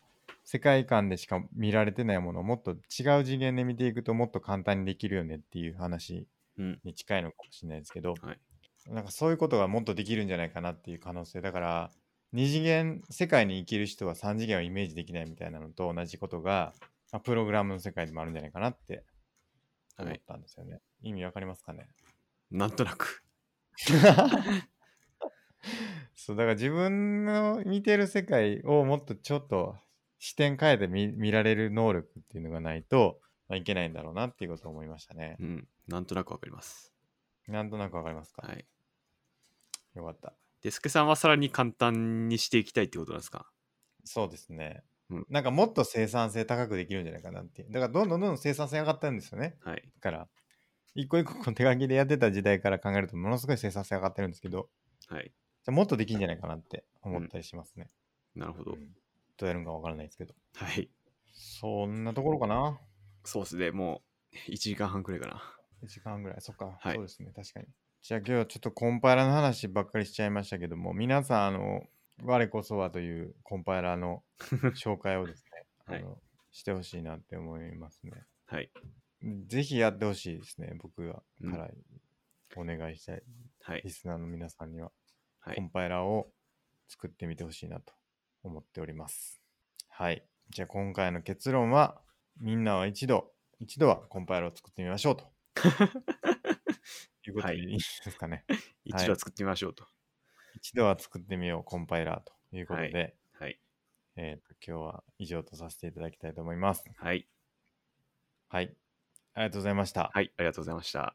Speaker 1: 世界観でしか見られてないものをもっと違う次元で見ていくともっと簡単にできるよねっていう話
Speaker 2: うん。
Speaker 1: に近いのかもしれないですけど、
Speaker 2: はい
Speaker 1: なんかそういうことがもっとできるんじゃないかなっていう可能性だから二次元世界に生きる人は三次元をイメージできないみたいなのと同じことが、まあ、プログラムの世界でもあるんじゃないかなって思
Speaker 2: は
Speaker 1: っ
Speaker 2: い。
Speaker 1: たんですよね、意味わかりますか
Speaker 2: [laughs]
Speaker 1: ね
Speaker 2: なんとなく。
Speaker 1: そうだから自分の見てる世界をもっとちょっと視点変えて見見られる能力っていうのがないと、まあ、いけないんだろうなっていうことを思いましたね
Speaker 2: う、ん。なんとなくわかります。
Speaker 1: なんとなくわかりますか、
Speaker 2: はい。
Speaker 1: よかった
Speaker 2: デスクさんはさらに簡単にしていきたいってことなんですか
Speaker 1: そうですね、
Speaker 2: うん
Speaker 1: なんかもっと生産性高くできるんじゃないかなっていうだからどんどんどんどん生産性上がったんですよね
Speaker 2: はい。
Speaker 1: だから一個一個こう手書きでやってた時代から考えるとものすごい生産性上がってるんですけど
Speaker 2: はい。
Speaker 1: じゃあもっとできるんじゃないかなって思ったりしますね、
Speaker 2: なるほ
Speaker 1: う
Speaker 2: ど
Speaker 1: ん。どうやるんかわからないですけど
Speaker 2: はい。
Speaker 1: そんなところかな
Speaker 2: そうですね。もう1時間半くらいかな。
Speaker 1: 1時間ぐらいそっか、
Speaker 2: はい
Speaker 1: そうですね確かにじゃあ今日はちょっとコンパイラーの話ばっかりしちゃいましたけども皆さんあの我こそはというコンパイラーの紹介をですね、
Speaker 2: [laughs] はい
Speaker 1: あのしてほしいなって思いますね
Speaker 2: はい。
Speaker 1: ぜひやってほしいですね、僕がか
Speaker 2: うん
Speaker 1: らお願いしたい、
Speaker 2: はい
Speaker 1: リ。スナーの皆さんには、
Speaker 2: は
Speaker 1: コン
Speaker 2: い。
Speaker 1: パイラーを作ってみてほしいなと思っております。はい。じゃあ今回の結論は、みんなは一度、一度はコンパイラーを作ってみましょうと。
Speaker 2: [laughs]
Speaker 1: いうことで
Speaker 2: はい
Speaker 1: いいですかね。
Speaker 2: 一度は作ってみましょうと。
Speaker 1: 一度は作ってみよう、コンパイラーということで、
Speaker 2: はい。
Speaker 1: えーと今日は以上とさせていただきたいと思います。
Speaker 2: はい。
Speaker 1: はい。ありがとうございました。
Speaker 2: はい。ありがとうございました。